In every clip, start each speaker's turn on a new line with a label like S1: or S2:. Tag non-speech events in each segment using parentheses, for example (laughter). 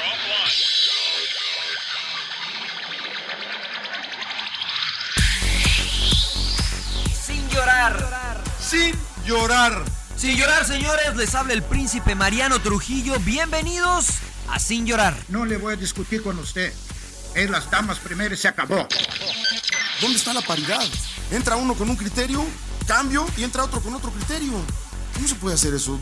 S1: offline.
S2: Sin llorar.
S3: Sin llorar.
S2: Sin llorar, señores, les habla el príncipe Mariano Trujillo. Bienvenidos a Sin llorar.
S4: No le voy a discutir con usted. Es las damas primero y se acabó.
S5: ¿Dónde está la paridad? Entra uno con un criterio, cambio y entra otro con otro criterio. ¿Cómo se puede hacer eso?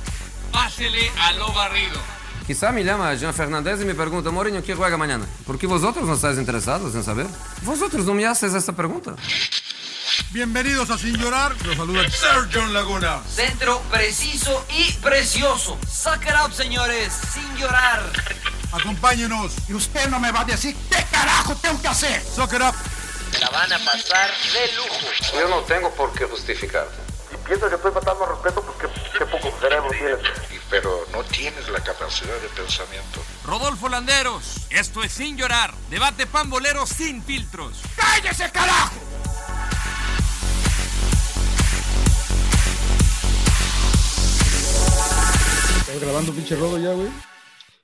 S3: Pásele a lo barrido.
S6: Quizá me llama Jean Fernández y me pregunta, Mourinho, ¿qué juega mañana? Porque vosotros no estáis interesados en saber. Vosotros no me haces esta pregunta.
S3: Bienvenidos a Sin Llorar. Los saluda Sergio Laguna.
S2: Centro preciso y precioso. Suck it up, señores. Sin llorar.
S3: Acompáñenos.
S4: Y usted no me va a decir qué carajo tengo que hacer.
S3: Suck it up.
S2: La van a pasar de lujo.
S6: Yo no tengo por qué justificarte.
S7: piensas que estoy faltando al respeto porque qué poco cerebro tienes.
S8: Pero no tienes la capacidad de pensamiento.
S3: Rodolfo Landeros. Esto es Sin Llorar. Debate pambolero sin filtros.
S4: ¡Cállese, carajo!
S9: ¿Estás grabando pinche rodo ya, güey?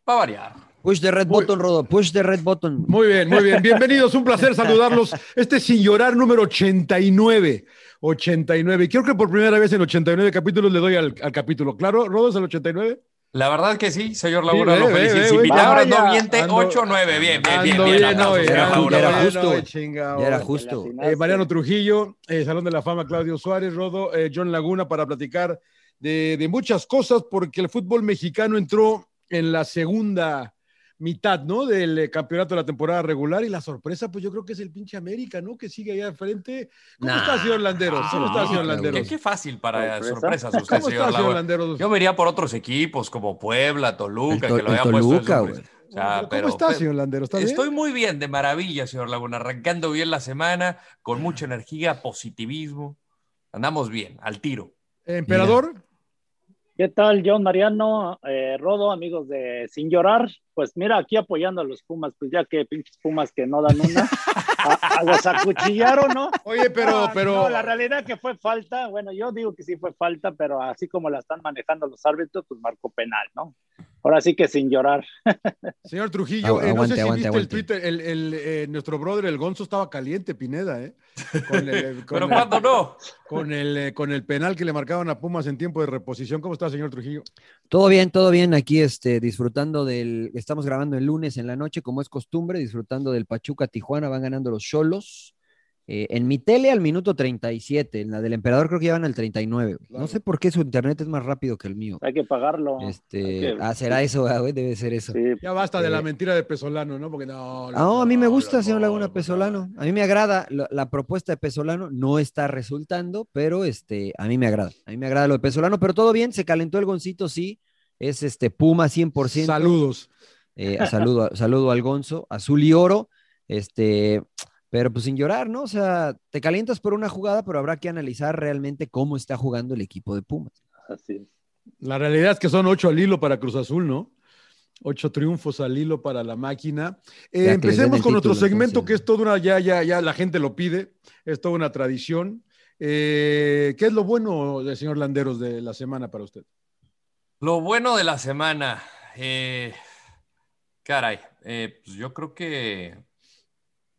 S2: Va a variar.
S10: Push the red button, Rodo. Push the red button.
S9: Muy bien, muy bien. Bienvenidos, un placer saludarlos. Este Sin Llorar número 89. 89. Y creo que por primera vez en 89 capítulos le doy al, al capítulo. ¿Claro, Rodo, es el 89?
S3: La verdad que sí, señor Laura
S9: Laura, Sí, ve,
S3: lo
S9: lo ve, felicito.
S3: felicito.
S9: ve, ve.
S3: Ahora
S9: Vaya,
S3: no miente
S9: ando-
S3: 8-9. Bien, bien, bien.
S9: Ando
S3: bien.
S9: bien,
S3: aplausos,
S9: hoy,
S3: señor
S9: ando
S3: Laura.
S10: era
S9: bien,
S10: justo.
S9: hoy, chingado.
S10: Ya era justo.
S9: Eh, Mariano Trujillo, eh, Salón de la Fama, Claudio Suárez, Rodo, eh, John Laguna para platicar de, de muchas cosas porque el fútbol mexicano entró en la segunda mitad, ¿no? Del eh, campeonato de la temporada regular y la sorpresa, pues yo creo que es el pinche América, ¿no? Que sigue ahí al frente. ¿Cómo
S10: Nah.
S9: está, señor Landeros? ¿Cómo está, señor
S3: Qué,
S9: Landeros?
S3: Ah, qué fácil para
S7: Sorpresa.
S3: sorpresas usted,
S9: ¿Cómo está,
S3: señor
S9: señor
S3: Laura.
S6: Ah,
S9: Landeros?
S3: Yo me iría por otros equipos como Puebla, Toluca,
S10: El Tol-
S3: que
S10: el
S3: lo habían puesto. de
S10: Toluca,
S3: sorpresa. O sea,
S9: ¿Cómo
S3: pero-
S9: está,
S6: pues,
S3: pero-
S9: señor Landeros? ¿Está bien?
S3: Estoy muy bien, de maravilla, señor Laguna. Arrancando bien la semana, con mucha energía, positivismo. Andamos bien, al tiro.
S9: Emperador,
S11: ¿Qué tal, John Mariano, eh, Rodo, amigos de Sin Llorar? Pues mira, aquí apoyando a los Pumas, pues ya que pinches Pumas que no dan una, a, a los acuchillaron, ¿no?
S9: oye, pero,
S11: Ah,
S9: pero,
S11: No, la realidad que fue falta, bueno, yo digo que sí fue falta, pero así como la están manejando los árbitros, pues marcó penal, ¿no? Ahora sí que sin llorar.
S9: señor Trujillo,
S12: Oh,
S10: Agu-
S9: eh, no sé
S10: aguante,
S9: si
S10: aguante,
S9: viste el
S10: aguante.
S9: Twitter, el, el, eh, nuestro brother, el Gonzo, estaba caliente, Pineda, ¿eh? Con el- con
S3: Pero
S9: el-
S3: cuando no.
S9: Con el, eh, con el penal que le marcaban a Pumas en tiempo de reposición. ¿Cómo está, señor Trujillo?
S10: Todo bien, todo bien. Aquí este, disfrutando del. Estamos grabando el lunes en la noche, como es costumbre, disfrutando del Pachuca Tijuana. Van ganando los Cholos. Eh, en mi tele al minuto 37. En la del Emperador creo que ya van al 39. No sé por qué su internet es más rápido que el mío.
S11: Hay que pagarlo.
S10: Este,
S11: Ok.
S10: ah, será eso, ah, güey, debe ser eso.
S11: Sí,
S9: Ya basta de la
S10: Eh,
S9: mentira de Pesolano, ¿no? Porque no.
S10: Ah, No, a mí me gusta,
S9: no,
S10: señor Laguna
S9: no,
S10: Pesolano. A mí me agrada la, la propuesta de Pesolano. No está resultando, pero este, a mí me agrada. A mí me agrada lo de Pesolano, pero todo bien. Se calentó el goncito, sí. Es este Puma 100%.
S9: Saludos.
S10: Eh, a saludo, a- saludo al Gonzo, azul y oro. Este, pero pues sin llorar, ¿no? O sea, te calientas por una jugada, pero habrá que analizar realmente cómo está jugando el equipo de Pumas.
S11: así es.
S9: La realidad es que son ocho al hilo para Cruz Azul, ¿no? Ocho triunfos al hilo para la máquina.
S10: Ya
S9: Eh,
S10: que les den
S9: empecemos
S10: el
S9: con nuestro
S10: título,
S9: segmento,
S10: entonces.
S9: que es toda una, ya, ya, ya la gente lo pide, es toda una tradición. Eh, ¿Qué es lo bueno, de señor Landeros, de la semana para usted?
S3: Lo bueno de la semana. eh, caray, eh, pues yo creo que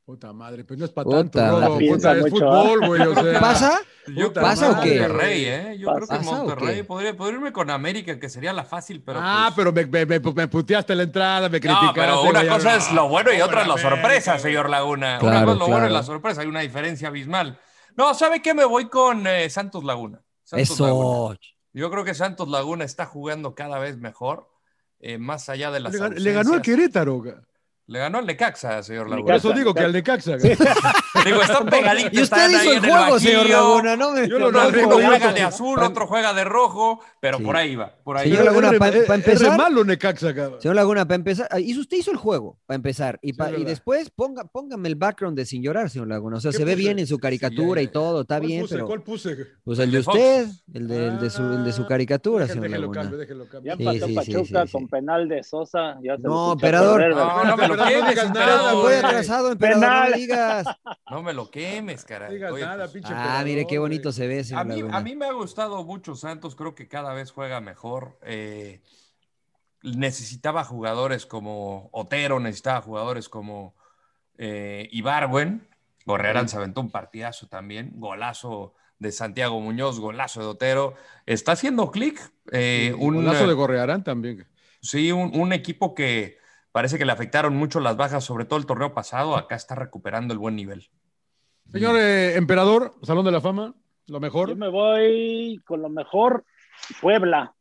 S9: Puta madre, pues no es para
S10: Puta,
S9: tanto.
S10: la
S9: Rodo,
S10: piensa
S9: puta, es
S10: mucho,
S9: fútbol,
S10: ¿ah?
S9: güey. O sea,
S10: ¿Pasa?
S3: Yo creo
S9: Puta
S3: que
S9: ¿Pasa o qué?
S3: Monterrey, ¿eh? Yo creo que
S9: ¿Pasa o qué?
S3: Monterrey podría, podría irme con América, que sería la fácil, pero.
S9: ah, pero me, me, me, me puteaste la entrada, me
S3: pues- no,
S9: criticaste.
S3: pero una
S9: güey,
S3: cosa
S9: no.
S3: es lo bueno y otra es la
S9: Hombre,
S3: sorpresa, señor Laguna.
S9: Claro,
S3: una cosa es lo bueno y
S9: claro.
S3: la sorpresa, hay una diferencia abismal. No, ¿sabe qué? Me voy con eh, Santos Laguna. Santos Laguna.
S10: Eso.
S3: Yo creo que Santos Laguna está jugando cada vez mejor, eh, más allá de las
S9: Le, gan- le ganó al
S3: ausencias.
S9: Querétaro. güey.
S3: Le ganó al Necaxa, señor
S9: Por
S3: Laguna.
S9: eso digo que al Necaxa. güey.
S3: Digo,
S9: (laughs)
S3: están pegaditos.
S9: Y usted
S3: están
S9: hizo
S3: ahí
S9: el
S3: en
S9: juego,
S3: Bajío.
S9: señor Laguna, no me- Yo lo
S3: Uno
S9: narré, lo
S3: juega
S9: digo.
S3: de azul, otro juega de rojo, pero por ahí va. Por ahí
S10: Señor
S3: va.
S10: Laguna,
S9: eh,
S10: para empezar.
S9: malo Necaxa,
S10: Señor Laguna, para empezar. ah, Hizo, usted hizo el juego, para empezar. Y, pa- y
S9: verdad.
S10: después ponga, póngame el background de sin llorar, señor Laguna. O sea,
S9: ¿Qué
S10: se ve
S9: puse?
S10: bien en su caricatura y todo, está
S9: ¿Cuál
S10: bien,
S9: puse?
S10: pero.
S9: ¿Cuál puse? güey?
S10: Pues el de
S9: Fox. Ah,
S10: usted, el de, el de su, el de su caricatura,
S9: Dejen-
S10: señor
S9: déjenlo
S10: Laguna.
S9: cambio, déjenlo cambio.
S11: Ya
S10: Sí,
S11: empató
S10: sí, sí,
S11: Pachuca
S10: sí, sí.
S11: con penal de Sosa. Ya se
S10: No,
S11: lo escucha
S10: emperador.
S11: correr, ¿verdad?
S3: No, no me lo
S9: Emperador, no
S3: quemes,
S9: digas nada,
S3: emperador.
S9: voy
S10: atrasado, emperador, no me digas.
S3: No me lo quemes,
S9: No
S3: caray.
S9: digas
S3: Oye,
S9: nada,
S3: pues,
S9: pinche
S10: Ah, mire qué
S9: emperador,
S10: bonito
S9: güey.
S10: se ve, eh. señor
S3: a, mí,
S10: Laguna.
S3: a mí me ha gustado mucho Santos, creo que cada vez juega mejor. Eh, necesitaba jugadores como Otero, necesitaba jugadores como eh, Ibarwen. Gorrerán se aventó un partidazo también, golazo de Santiago Muñoz, golazo de Otero. Está haciendo clic. eh,
S9: Un
S3: un,
S9: golazo de Gorrearán también. güey.
S3: Sí, un, un equipo que parece que le afectaron mucho las bajas, sobre todo el torneo pasado. Acá está recuperando el buen nivel.
S9: Señor eh, Emperador, Salón de la Fama, lo mejor.
S11: Yo me voy con lo mejor, Puebla.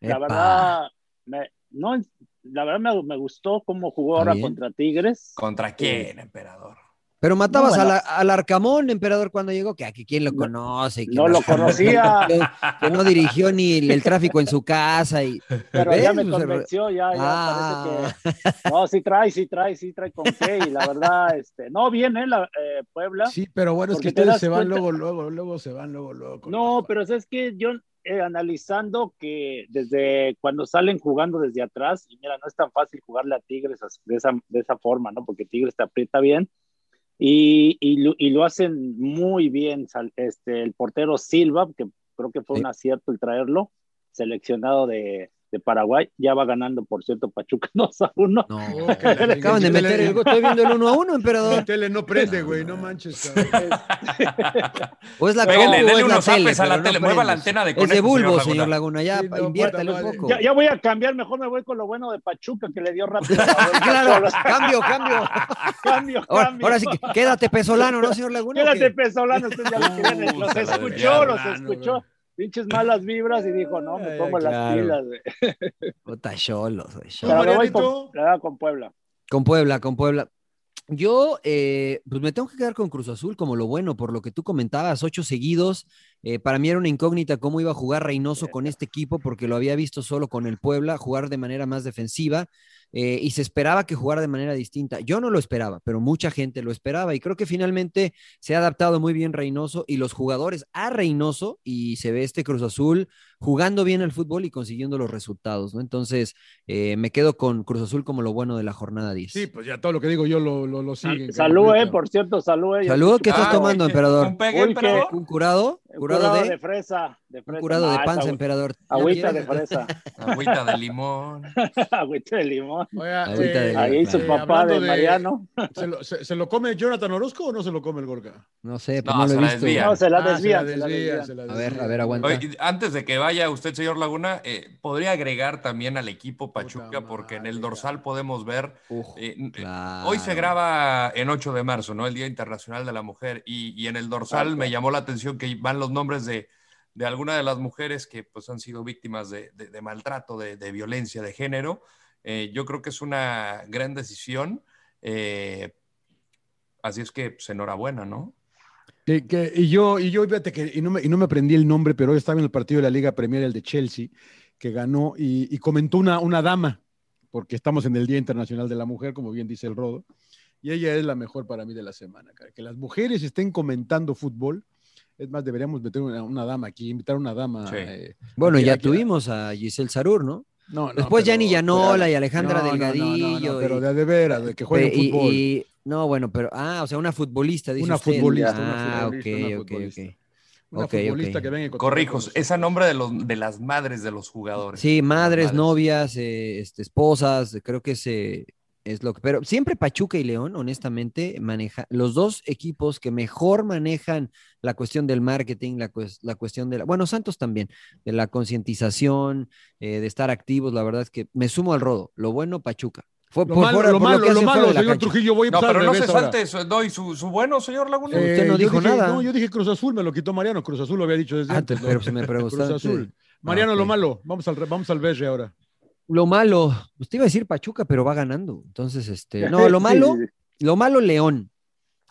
S11: La
S9: Epa.
S11: verdad, me, no, la verdad me, me gustó cómo jugó ahora
S10: bien.
S11: contra Tigres.
S3: ¿Contra quién, emperador?
S10: Pero matabas
S11: No,
S10: al-
S11: bueno.
S10: al Arcamón, emperador, cuando llegó, que aquí quién lo conoce. que
S11: no lo conocía.
S10: (laughs) Que, que no dirigió ni el, el tráfico en su casa. Y,
S11: (laughs) Pero
S10: ¿ves?
S11: ya me
S10: O sea,
S11: convenció, ya, ya
S10: Ah.
S11: parece que. No, sí trae, sí trae, sí trae con qué. Y la verdad, este, no, bien, ¿eh? La, eh, Puebla.
S9: Sí, pero bueno, es que
S11: Porque te
S9: ustedes
S11: das
S9: se van
S11: cuenta-
S9: luego, luego, luego se van, luego, luego. con-
S11: No, pero es que yo eh, analizando que desde cuando salen jugando desde atrás, y mira, no es tan fácil jugarle a Tigres as- de esa, de esa forma, ¿no? Porque Tigres te aprieta bien y, y lo, y lo hacen muy bien. sal- Este, el portero Silva, que creo que fue un acierto el traerlo, seleccionado de, de Paraguay, ya va ganando, por cierto, Pachuca (laughs) 2 a 1. (laughs)
S10: (laughs)
S9: (laughs)
S10: Acaban de meter el gol. Estoy viendo el uno a uno,
S3: (laughs)
S9: La
S10: emperador.
S9: tele no prende, güey, no manches. cabrón.
S10: (laughs) O es la
S3: Pégale,
S10: compu o
S3: dele
S10: es la
S3: unos
S10: tele,
S3: zapes a la
S10: pero no
S3: tele, mueva la
S10: prendes.
S3: antena de
S10: Es de
S3: conejo,
S10: bulbo,
S3: señor
S10: señor Laguna, ya
S9: Sí, no,
S10: inviértale un
S9: puta madre.
S10: poco.
S11: Ya, ya voy a cambiar, mejor me voy con lo bueno de Pachuca que le dio rápido.
S10: (laughs)
S11: la vuelta. (laughs)
S10: Claro, cambio, cambio.
S11: cambio,
S10: Ahora,
S11: cambio.
S10: ahora sí, que quédate pesolano, ¿no, señor Laguna?
S11: Quédate
S10: ¿O qué?
S11: pesolano, usted ya
S3: (laughs)
S11: lo quiere,
S3: Puta
S11: Los
S3: la
S11: escuchó,
S3: verga,
S11: los
S3: mano,
S11: escuchó. Pinches malas vibras y dijo, no, me
S10: Ay,
S11: pongo las
S10: claro.
S11: pilas. güey.
S10: Puta cholos, güey,
S11: Pero me
S10: cholos.
S11: voy
S9: Marianito?
S11: con, la verdad, con Puebla.
S10: Con Puebla, con Puebla. Yo, eh, pues me tengo que quedar con Cruz Azul como lo bueno, por lo que tú comentabas, ocho seguidos. Eh, para mí era una incógnita cómo iba a jugar Reynoso con este equipo, porque lo había visto solo con el Puebla, jugar de manera más defensiva, eh, y se esperaba que jugara de manera distinta. Yo no lo esperaba, pero mucha gente lo esperaba, y creo que finalmente se ha adaptado muy bien Reynoso y los jugadores a Reynoso, y se ve este Cruz Azul jugando bien al fútbol y consiguiendo los resultados, ¿no? Entonces, eh, me quedo con Cruz Azul como lo bueno de la jornada 10.
S9: Sí, pues ya todo lo que digo yo lo, lo, lo siguen.
S11: Salud,
S9: cabrón.
S11: eh, por cierto, salud. eh.
S10: Salud, ¿qué estás
S11: Ah,
S10: tomando,
S11: oye,
S10: emperador?
S3: Un pegue,
S11: Uy,
S3: emperador.
S10: ¿Un curado?
S11: un
S10: ¿Curado de?
S11: fresa. de
S10: Un
S11: fresa.
S10: curado de
S11: Ah,
S10: panza,
S11: agü-
S10: emperador. ¿No
S11: Agüita de
S10: quieres?
S11: fresa, (laughs)
S3: Agüita de limón.
S11: agüita de limón.
S9: Oiga,
S10: Ahorita de-
S11: Ahí su
S9: eh,
S11: papá
S9: hablando
S11: de
S9: de-
S11: Mariano.
S9: ¿se, lo, se- se lo come Jonathan Orozco o no se lo come el Gorka?
S10: No sé, pues no,
S3: No,
S10: lo
S3: se
S10: he
S3: la
S10: visto.
S3: desvía.
S11: No, se la
S9: Ah,
S11: desvía.
S9: se la desvía, se la
S10: A
S9: desvía.
S10: ver, a ver, aguanta.
S3: Oye, y antes de que vaya usted, señor Laguna, eh, podría agregar también al equipo Pachuca, porque en el dorsal podemos ver.
S10: Ujú,
S3: eh, n- eh,
S10: claro.
S3: Hoy se graba en 8 de marzo, ¿no? El Día Internacional de la Mujer. Y, y en el dorsal
S11: Exacto.
S3: me llamó la atención que van los nombres de, de alguna de las mujeres que pues, han sido víctimas de, de- de maltrato, de, de violencia de género. Eh, yo creo que es una gran decisión. eh, así es que, pues, enhorabuena, ¿no?
S9: Que- que- y yo, y yo, fíjate que, y no, me, y no me aprendí el nombre, pero hoy estaba en el partido de la Liga Premier, el de Chelsea, que ganó y, y comentó una, una dama, porque estamos en el Día Internacional de la Mujer, como bien dice el Rodo, y ella es la mejor para mí de la semana. cara. Que las mujeres estén comentando fútbol, es más, deberíamos meter una, una dama aquí, invitar a una dama.
S3: Sí.
S9: eh,
S10: Bueno,
S9: aquí-
S10: ya
S9: aquí-
S10: tuvimos a Giselle Sarur, ¿no?
S9: No, no,
S10: Después
S9: pero-
S10: Yanni Llanola y Alejandra
S9: No, no, no, no, no,
S10: Delgadillo.
S9: pero
S10: y-
S9: de, de veras, de que jueguen
S10: y-
S9: fútbol.
S10: y- no, bueno, pero. Ah, o sea, una futbolista, dice
S9: Una
S10: usted.
S9: futbolista, una
S10: Ah, ok,
S9: futbolista, una
S10: ok,
S9: futbolista.
S10: ok.
S9: una
S10: ok, ok.
S9: futbolista que venga y cotorrea con
S3: (laughs) Corrijos,
S9: nosotros.
S3: esa nombre de, los, de las madres de los jugadores.
S10: Sí, madres,
S3: Madres.
S10: novias, eh, este, esposas, creo que es eh, Es lo que, pero siempre Pachuca y León, honestamente, maneja los dos equipos que mejor manejan la cuestión del marketing, la, cues- la cuestión de la, bueno, Santos también, de la concientización, eh, de estar activos. La verdad es que me sumo al rodo. Lo bueno, Pachuca. Fue
S9: Lo
S10: por-
S9: malo,
S10: por-
S9: lo
S10: por
S9: malo,
S10: que
S9: lo
S10: hacen fuera
S9: malo,
S10: de la
S9: señor
S10: cancha.
S9: Trujillo, voy
S3: No,
S9: pues, al
S3: pero no
S9: revés
S3: se
S9: ahora.
S3: salte eso. No, y su, su bueno, señor Laguna.
S9: Eh, yo dije- No, yo dije Cruz Azul, me lo quitó Mariano. Cruz Azul lo había dicho desde
S10: Ah,
S9: antes.
S10: te- pero
S9: ¿no?
S10: si me preguntaste.
S9: pues, Cruz Azul. Mariano,
S10: Ah, ok.
S9: lo malo. Vamos al, re- vamos al BR ahora.
S10: Lo malo, pues te iba a decir Pachuca, pero va ganando. Entonces, este,
S9: (laughs)
S10: no, lo malo, lo malo León.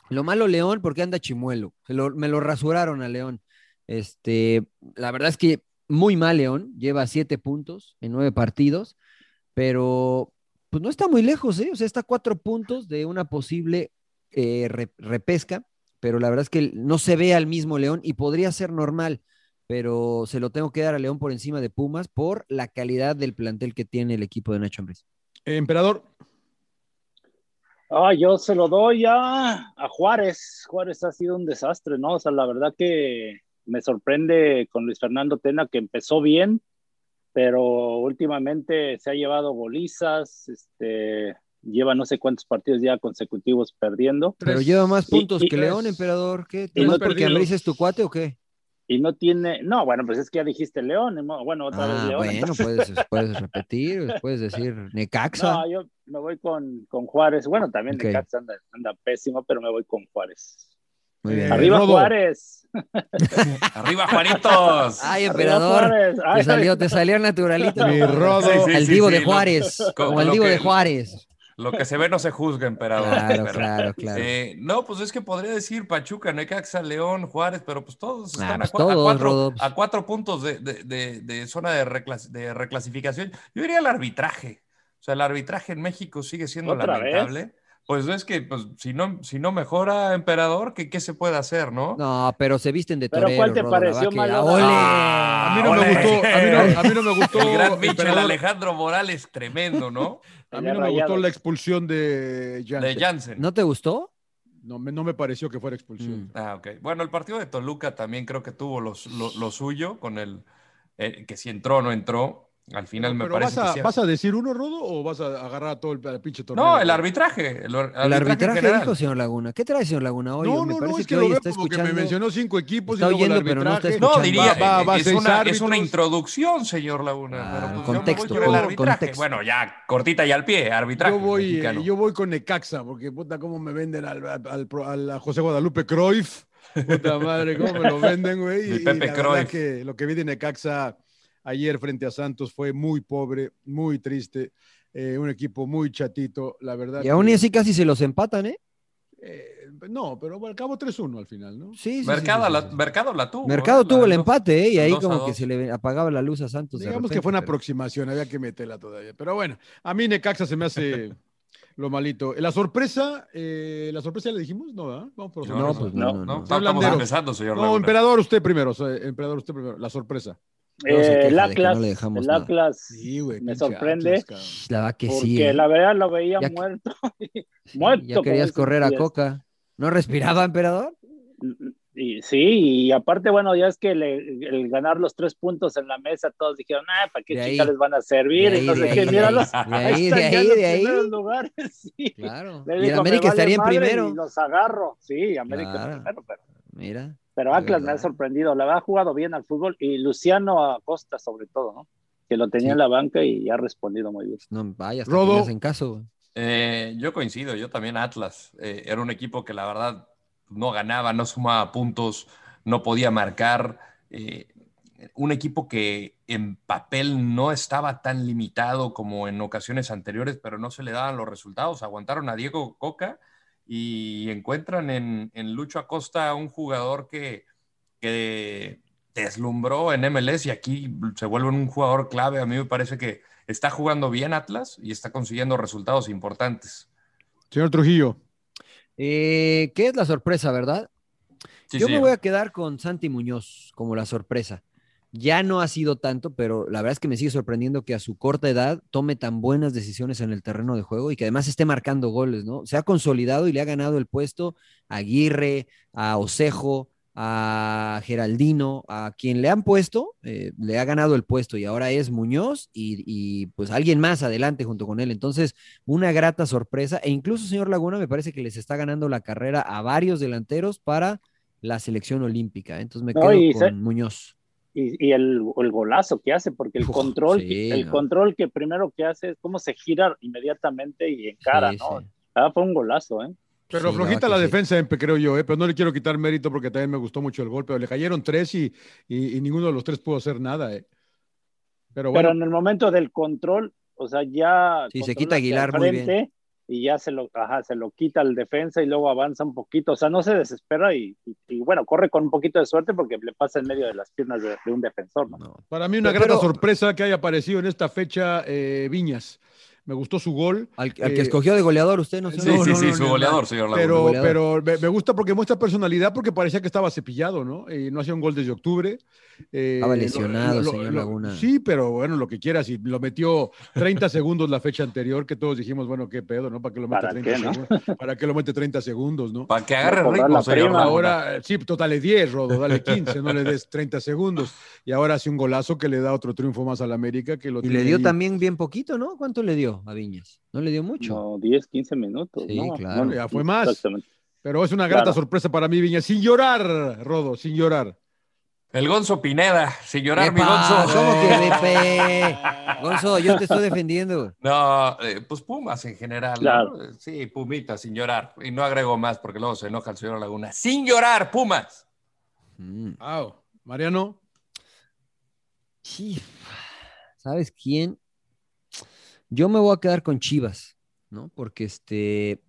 S10: Lo malo León porque anda chimuelo. Se lo- me lo rasuraron a León. Este, la verdad es que muy mal León, lleva siete puntos en nueve partidos, pero pues no está muy lejos, ¿eh? O sea, está a cuatro puntos de una posible eh, re- repesca, pero la verdad es que no se ve al mismo León y podría ser normal, pero se lo tengo que dar a León por encima de Pumas por la calidad del plantel que tiene el equipo de Nacho Ambriz.
S9: Eh, emperador.
S11: Ah, yo se lo doy a, a Juárez. Juárez ha sido un desastre, ¿no? O sea, la verdad que me sorprende con Luis Fernando Tena que empezó bien, pero últimamente se ha llevado golizas, este, lleva no sé cuántos partidos ya consecutivos perdiendo.
S10: Pero lleva más
S11: Y-
S10: puntos
S11: y-
S10: que León, emperador. ¿Qué?
S11: y
S10: ¿Nomás
S11: no
S10: porque
S11: perdidos.
S10: Ambriz es tu cuate o qué?
S11: Y no tiene, no, bueno, pues es que ya dijiste León, ni modo, bueno, otra vez
S10: Ah,
S11: León.
S10: bueno,
S11: entonces-
S10: puedes,
S11: (laughs)
S10: puedes repetir, puedes decir Necaxa.
S11: No, yo me voy con, con Juárez. Bueno, también
S10: Ok.
S11: Necaxa anda, anda pésimo, pero me voy con Juárez.
S10: Muy bien.
S11: Arriba
S10: Rodo.
S11: Juárez.
S3: Arriba, Juanitos.
S10: (laughs)
S11: Arriba,
S10: Ay, emperador.
S11: Juárez. Ay,
S10: te salió, te salió naturalito.
S3: Mi
S10: ¿no?
S3: Rodo. Sí, sí,
S10: el
S3: sí,
S10: divo
S3: sí,
S10: de
S3: lo-
S10: Juárez.
S3: con-
S10: como el
S3: lo
S10: divo
S3: que-
S10: de Juárez.
S3: Lo que se ve no se juzga, emperador.
S10: Claro,
S3: Pero,
S10: claro, claro.
S3: eh, no, pues es que podría decir Pachuca, Necaxa, León, Juárez, pero pues todos
S10: Ah,
S3: están
S10: pues
S3: a, cua- a
S10: todos, Rodo,
S3: cuatro,
S10: pues.
S3: a cuatro puntos de, de- de- de zona de, reclas- de reclasificación. Yo diría el arbitraje. O sea, el arbitraje en México sigue siendo
S11: ¿Otra vez?
S3: lamentable. Pues es que pues, si, no, si no mejora, emperador, ¿qué, qué se puede hacer, no?
S10: No, pero se visten de
S3: Pero,
S10: torero.
S3: ¿cuál te
S10: Rodo, la
S3: pareció
S10: verdad que-
S3: malo?
S10: ¡Ole!
S3: Ah,
S9: A mí no me
S3: ole.
S9: gustó. A
S3: (laughs)
S9: mí no, a mí no me gustó.
S3: El gran Michel
S9: emperador.
S3: Alejandro Morales, tremendo, ¿no?
S9: A mí no me gustó la expulsión de Jansen.
S3: De Jansen.
S10: ¿No te gustó?
S9: No me, no me pareció que fuera expulsión.
S3: Ah, ok. Bueno, el partido de Toluca también creo que tuvo los- lo, lo suyo con el eh, que si entró o no entró. Al final me
S9: Pero
S3: parece
S9: vas a,
S3: que sí.
S9: vas a decir uno, Rodo, o vas a agarrar a todo el, al pinche torneo?
S3: No, el arbitraje. El, ar-
S10: El
S3: arbitraje en
S10: arbitraje
S3: general.
S10: dijo, señor Laguna. ¿Qué trae, señor Laguna? Hoy
S9: No,
S10: me
S9: no,
S10: parece
S9: no, es
S10: que,
S9: que lo
S10: hoy
S9: veo
S10: está
S9: como
S10: escuchando.
S9: que me mencionó cinco equipos
S10: Está
S9: y luego el
S10: oyendo, pero no está
S9: arbitraje.
S3: No, diría,
S9: Va,
S3: eh,
S9: va,
S3: es,
S9: seis
S3: una, es
S9: árbitros.
S3: una introducción, señor
S9: Ah,
S3: Laguna. pero pues yo me voy
S10: contexto,
S3: por el
S10: con-
S3: arbitraje.
S10: contexto.
S3: Bueno, ya, cortita y al pie, arbitraje.
S9: Yo voy, eh,
S3: mexicano.
S9: yo voy con Necaxa, porque puta, cómo me venden al, al, al- al- a José Guadalupe Cruyff. Puta madre, cómo me lo venden, güey.
S3: Mi
S9: Y- y
S3: Pepe
S9: la
S3: Cruyff.
S9: verdad que lo que vi de Necaxa ayer frente a Santos fue muy pobre, muy triste. eh, un equipo muy chatito, la verdad.
S10: Y aún
S9: que-
S10: así casi se los empatan, ¿eh?
S9: eh, no, pero al cabo 3-1 al final, ¿no?
S10: Sí, sí,
S3: Mercado,
S10: sí, sí,
S3: la,
S10: sí, sí.
S3: Mercado la tuvo.
S10: Mercado
S3: ¿eh? La
S10: tuvo el
S3: del dos-
S10: empate, ¿eh? Y
S3: del
S10: ahí
S3: dos a
S10: como que
S3: dos.
S10: se le apagaba la luz a Santos. de
S9: Digamos que
S10: repente,
S9: fue una
S10: pero-
S9: aproximación, había que meterla todavía. Pero bueno, a mí Necaxa se
S10: (laughs)
S9: me hace lo malito. La sorpresa, eh, la sorpresa ya le dijimos, no, ¿verdad? Vamos por la
S3: No,
S9: sorpresa.
S3: pues no, No, no, no. no. Estamos
S9: Blanderos.
S3: empezando, señor
S9: No,
S3: Laguna.
S9: emperador, usted primero, o sea, emperador, usted primero. La sorpresa.
S11: Eh, el Atlas, el Atlas
S9: Sí, güey,
S11: me
S9: pinche
S11: sorprende
S9: Atlas, cabrón.
S10: La verdad que
S11: porque
S10: sí. ¿eh?
S11: la verdad lo veía
S10: Ya-
S11: muerto. (laughs) muerto.
S10: Ya
S11: como
S10: querías
S11: dicen
S10: correr a
S11: ustedes.
S10: Coca. ¿No respiraba, emperador?
S11: Y, sí, y aparte, bueno, ya es que le- el ganar los tres puntos en la mesa, todos dijeron, ah, ¿para qué
S10: De ahí.
S11: chicas les van a servir?
S10: De ahí,
S11: y no sé
S10: de
S11: qué,
S10: ahí, de
S11: míralos,
S10: ahí,
S11: (laughs)
S10: de
S11: ahí
S10: ahí,
S11: están
S10: de
S11: ya
S10: ahí,
S11: en los
S10: de ahí.
S11: primeros lugares, (laughs) sí.
S10: Claro.
S11: Le
S10: Y el
S11: dijo, "Me
S10: América
S11: vale
S10: estaría en
S11: madre",
S10: primero.
S11: Y los agarro, sí, América
S10: Claro.
S11: primero, pero,
S10: Mira.
S11: pero
S10: de
S11: Atlas me ha
S10: verdad.
S11: sorprendido, la verdad ha jugado bien al fútbol, y Luciano Acosta sobre todo, ¿no? Que lo tenía
S10: Sí.
S11: en la banca y ha respondido muy bien.
S10: No, vaya, hasta
S3: Rodo.
S10: que me hacen caso.
S3: Eh, yo coincido, yo también Atlas. Eh, era un equipo que la verdad no ganaba, no sumaba puntos, no podía marcar. Eh, un equipo que en papel no estaba tan limitado como en ocasiones anteriores, pero no se le daban los resultados. Aguantaron a Diego Coca y encuentran en, en Lucho Acosta un jugador que, que deslumbró en MLS y aquí se vuelve un jugador clave. A mí me parece que está jugando bien Atlas y está consiguiendo resultados importantes.
S9: Señor Trujillo.
S10: Eh, ¿Qué es la sorpresa, verdad?
S3: Sí,
S10: Yo me
S3: señor.
S10: voy a quedar con Santi Muñoz como la sorpresa. Ya no ha sido tanto, pero la verdad es que me sigue sorprendiendo que a su corta edad tome tan buenas decisiones en el terreno de juego y que además esté marcando goles, ¿no? Se ha consolidado y le ha ganado el puesto a Aguirre, a Osejo, a Geraldino, a quien le han puesto, eh, le ha ganado el puesto y ahora es Muñoz y, y, pues alguien más adelante junto con él. Entonces, una grata sorpresa e incluso, señor Laguna, me parece que les está ganando la carrera a varios delanteros para la selección olímpica. Entonces me
S11: No,
S10: quedo
S11: y
S10: con
S11: se-
S10: Muñoz.
S11: Y, y el, el golazo que hace, porque el
S10: Uf,
S11: control,
S10: sí,
S11: el
S10: no.
S11: control que primero que hace es cómo se gira inmediatamente y encara,
S10: Sí,
S11: ¿no?
S10: sí.
S11: Ah, fue un golazo, ¿eh?
S9: Pero flojita la defensa, Empe, creo yo, ¿eh? pero no le quiero quitar mérito porque también me gustó mucho el gol, pero le cayeron tres y, y- y ninguno de los tres pudo hacer nada. ¿eh?
S11: Pero,
S9: Pero bueno,
S11: en el momento del control, o sea, ya.
S9: Sí, se
S11: controla
S9: quita
S11: hacia
S9: Aguilar
S11: el
S9: muy bien.
S11: frente Y ya se lo, ajá, se lo quita el defensa y luego avanza un poquito. O sea, no se desespera y, y- y, bueno, corre con un poquito de suerte porque le pasa en medio de las piernas de, de un defensor, ¿no?
S9: para mí una
S11: Pero-
S9: gran sorpresa que haya aparecido en esta fecha eh, Viñas. Me gustó su gol.
S10: Al, Al que escogió de goleador usted, no sé.
S3: Sí, sí, sí, su goleador, señor Laguna.
S9: Pero,
S3: Goleador.
S9: pero me, me gusta porque muestra personalidad porque parecía que estaba cepillado, ¿no? Y no hacía un gol desde octubre. Eh,
S10: Estaba
S9: lo-
S10: lesionado, señor Laguna.
S9: Sí, pero bueno, lo que quieras. Y lo metió
S10: (laughs)
S9: 30 segundos la fecha anterior, que todos dijimos, bueno, qué pedo, ¿no? ¿Para qué lo mete
S11: ¿Para
S9: 30
S11: qué, no?
S9: segundos? ¿Para qué lo mete 30
S11: (laughs)
S9: segundos, no?
S3: Para que agarre ritmo, señor Laguna.
S9: Ahora, eh, sí, totale 10, Rodo, dale 15, no le des 30 segundos. Y ahora hace un golazo que le da otro triunfo más al América. Que lo
S10: Y
S9: tiene
S10: le dio
S9: ahí.
S10: también bien poquito, ¿no? ¿Cuánto le dio a Viñas? No le dio mucho.
S11: No, 10, 15 minutos.
S10: Sí,
S11: ¿no?
S10: claro.
S11: No,
S9: Ya fue más.
S11: Exactamente.
S9: Pero es una grata
S11: Claro.
S9: sorpresa para mí, Viña. Sin llorar, Rodo, sin llorar.
S3: El Gonzo Pineda, sin llorar mi
S9: ¡Epa!
S3: Gonzo. Eh,
S9: ¿Cómo
S10: que,
S3: (laughs)
S10: Pepe? Gonzo, yo te estoy defendiendo.
S3: No, eh, pues Pumas en general. ¿no?
S10: Claro.
S3: Eh, Sí, Pumita, sin llorar. Y no agrego más porque luego se enoja el señor Laguna. Sin llorar, Pumas.
S10: Mm,
S9: Au. Mariano.
S10: Sí. ¿Sabes quién? Yo me voy a quedar con Chivas, ¿no? Porque este,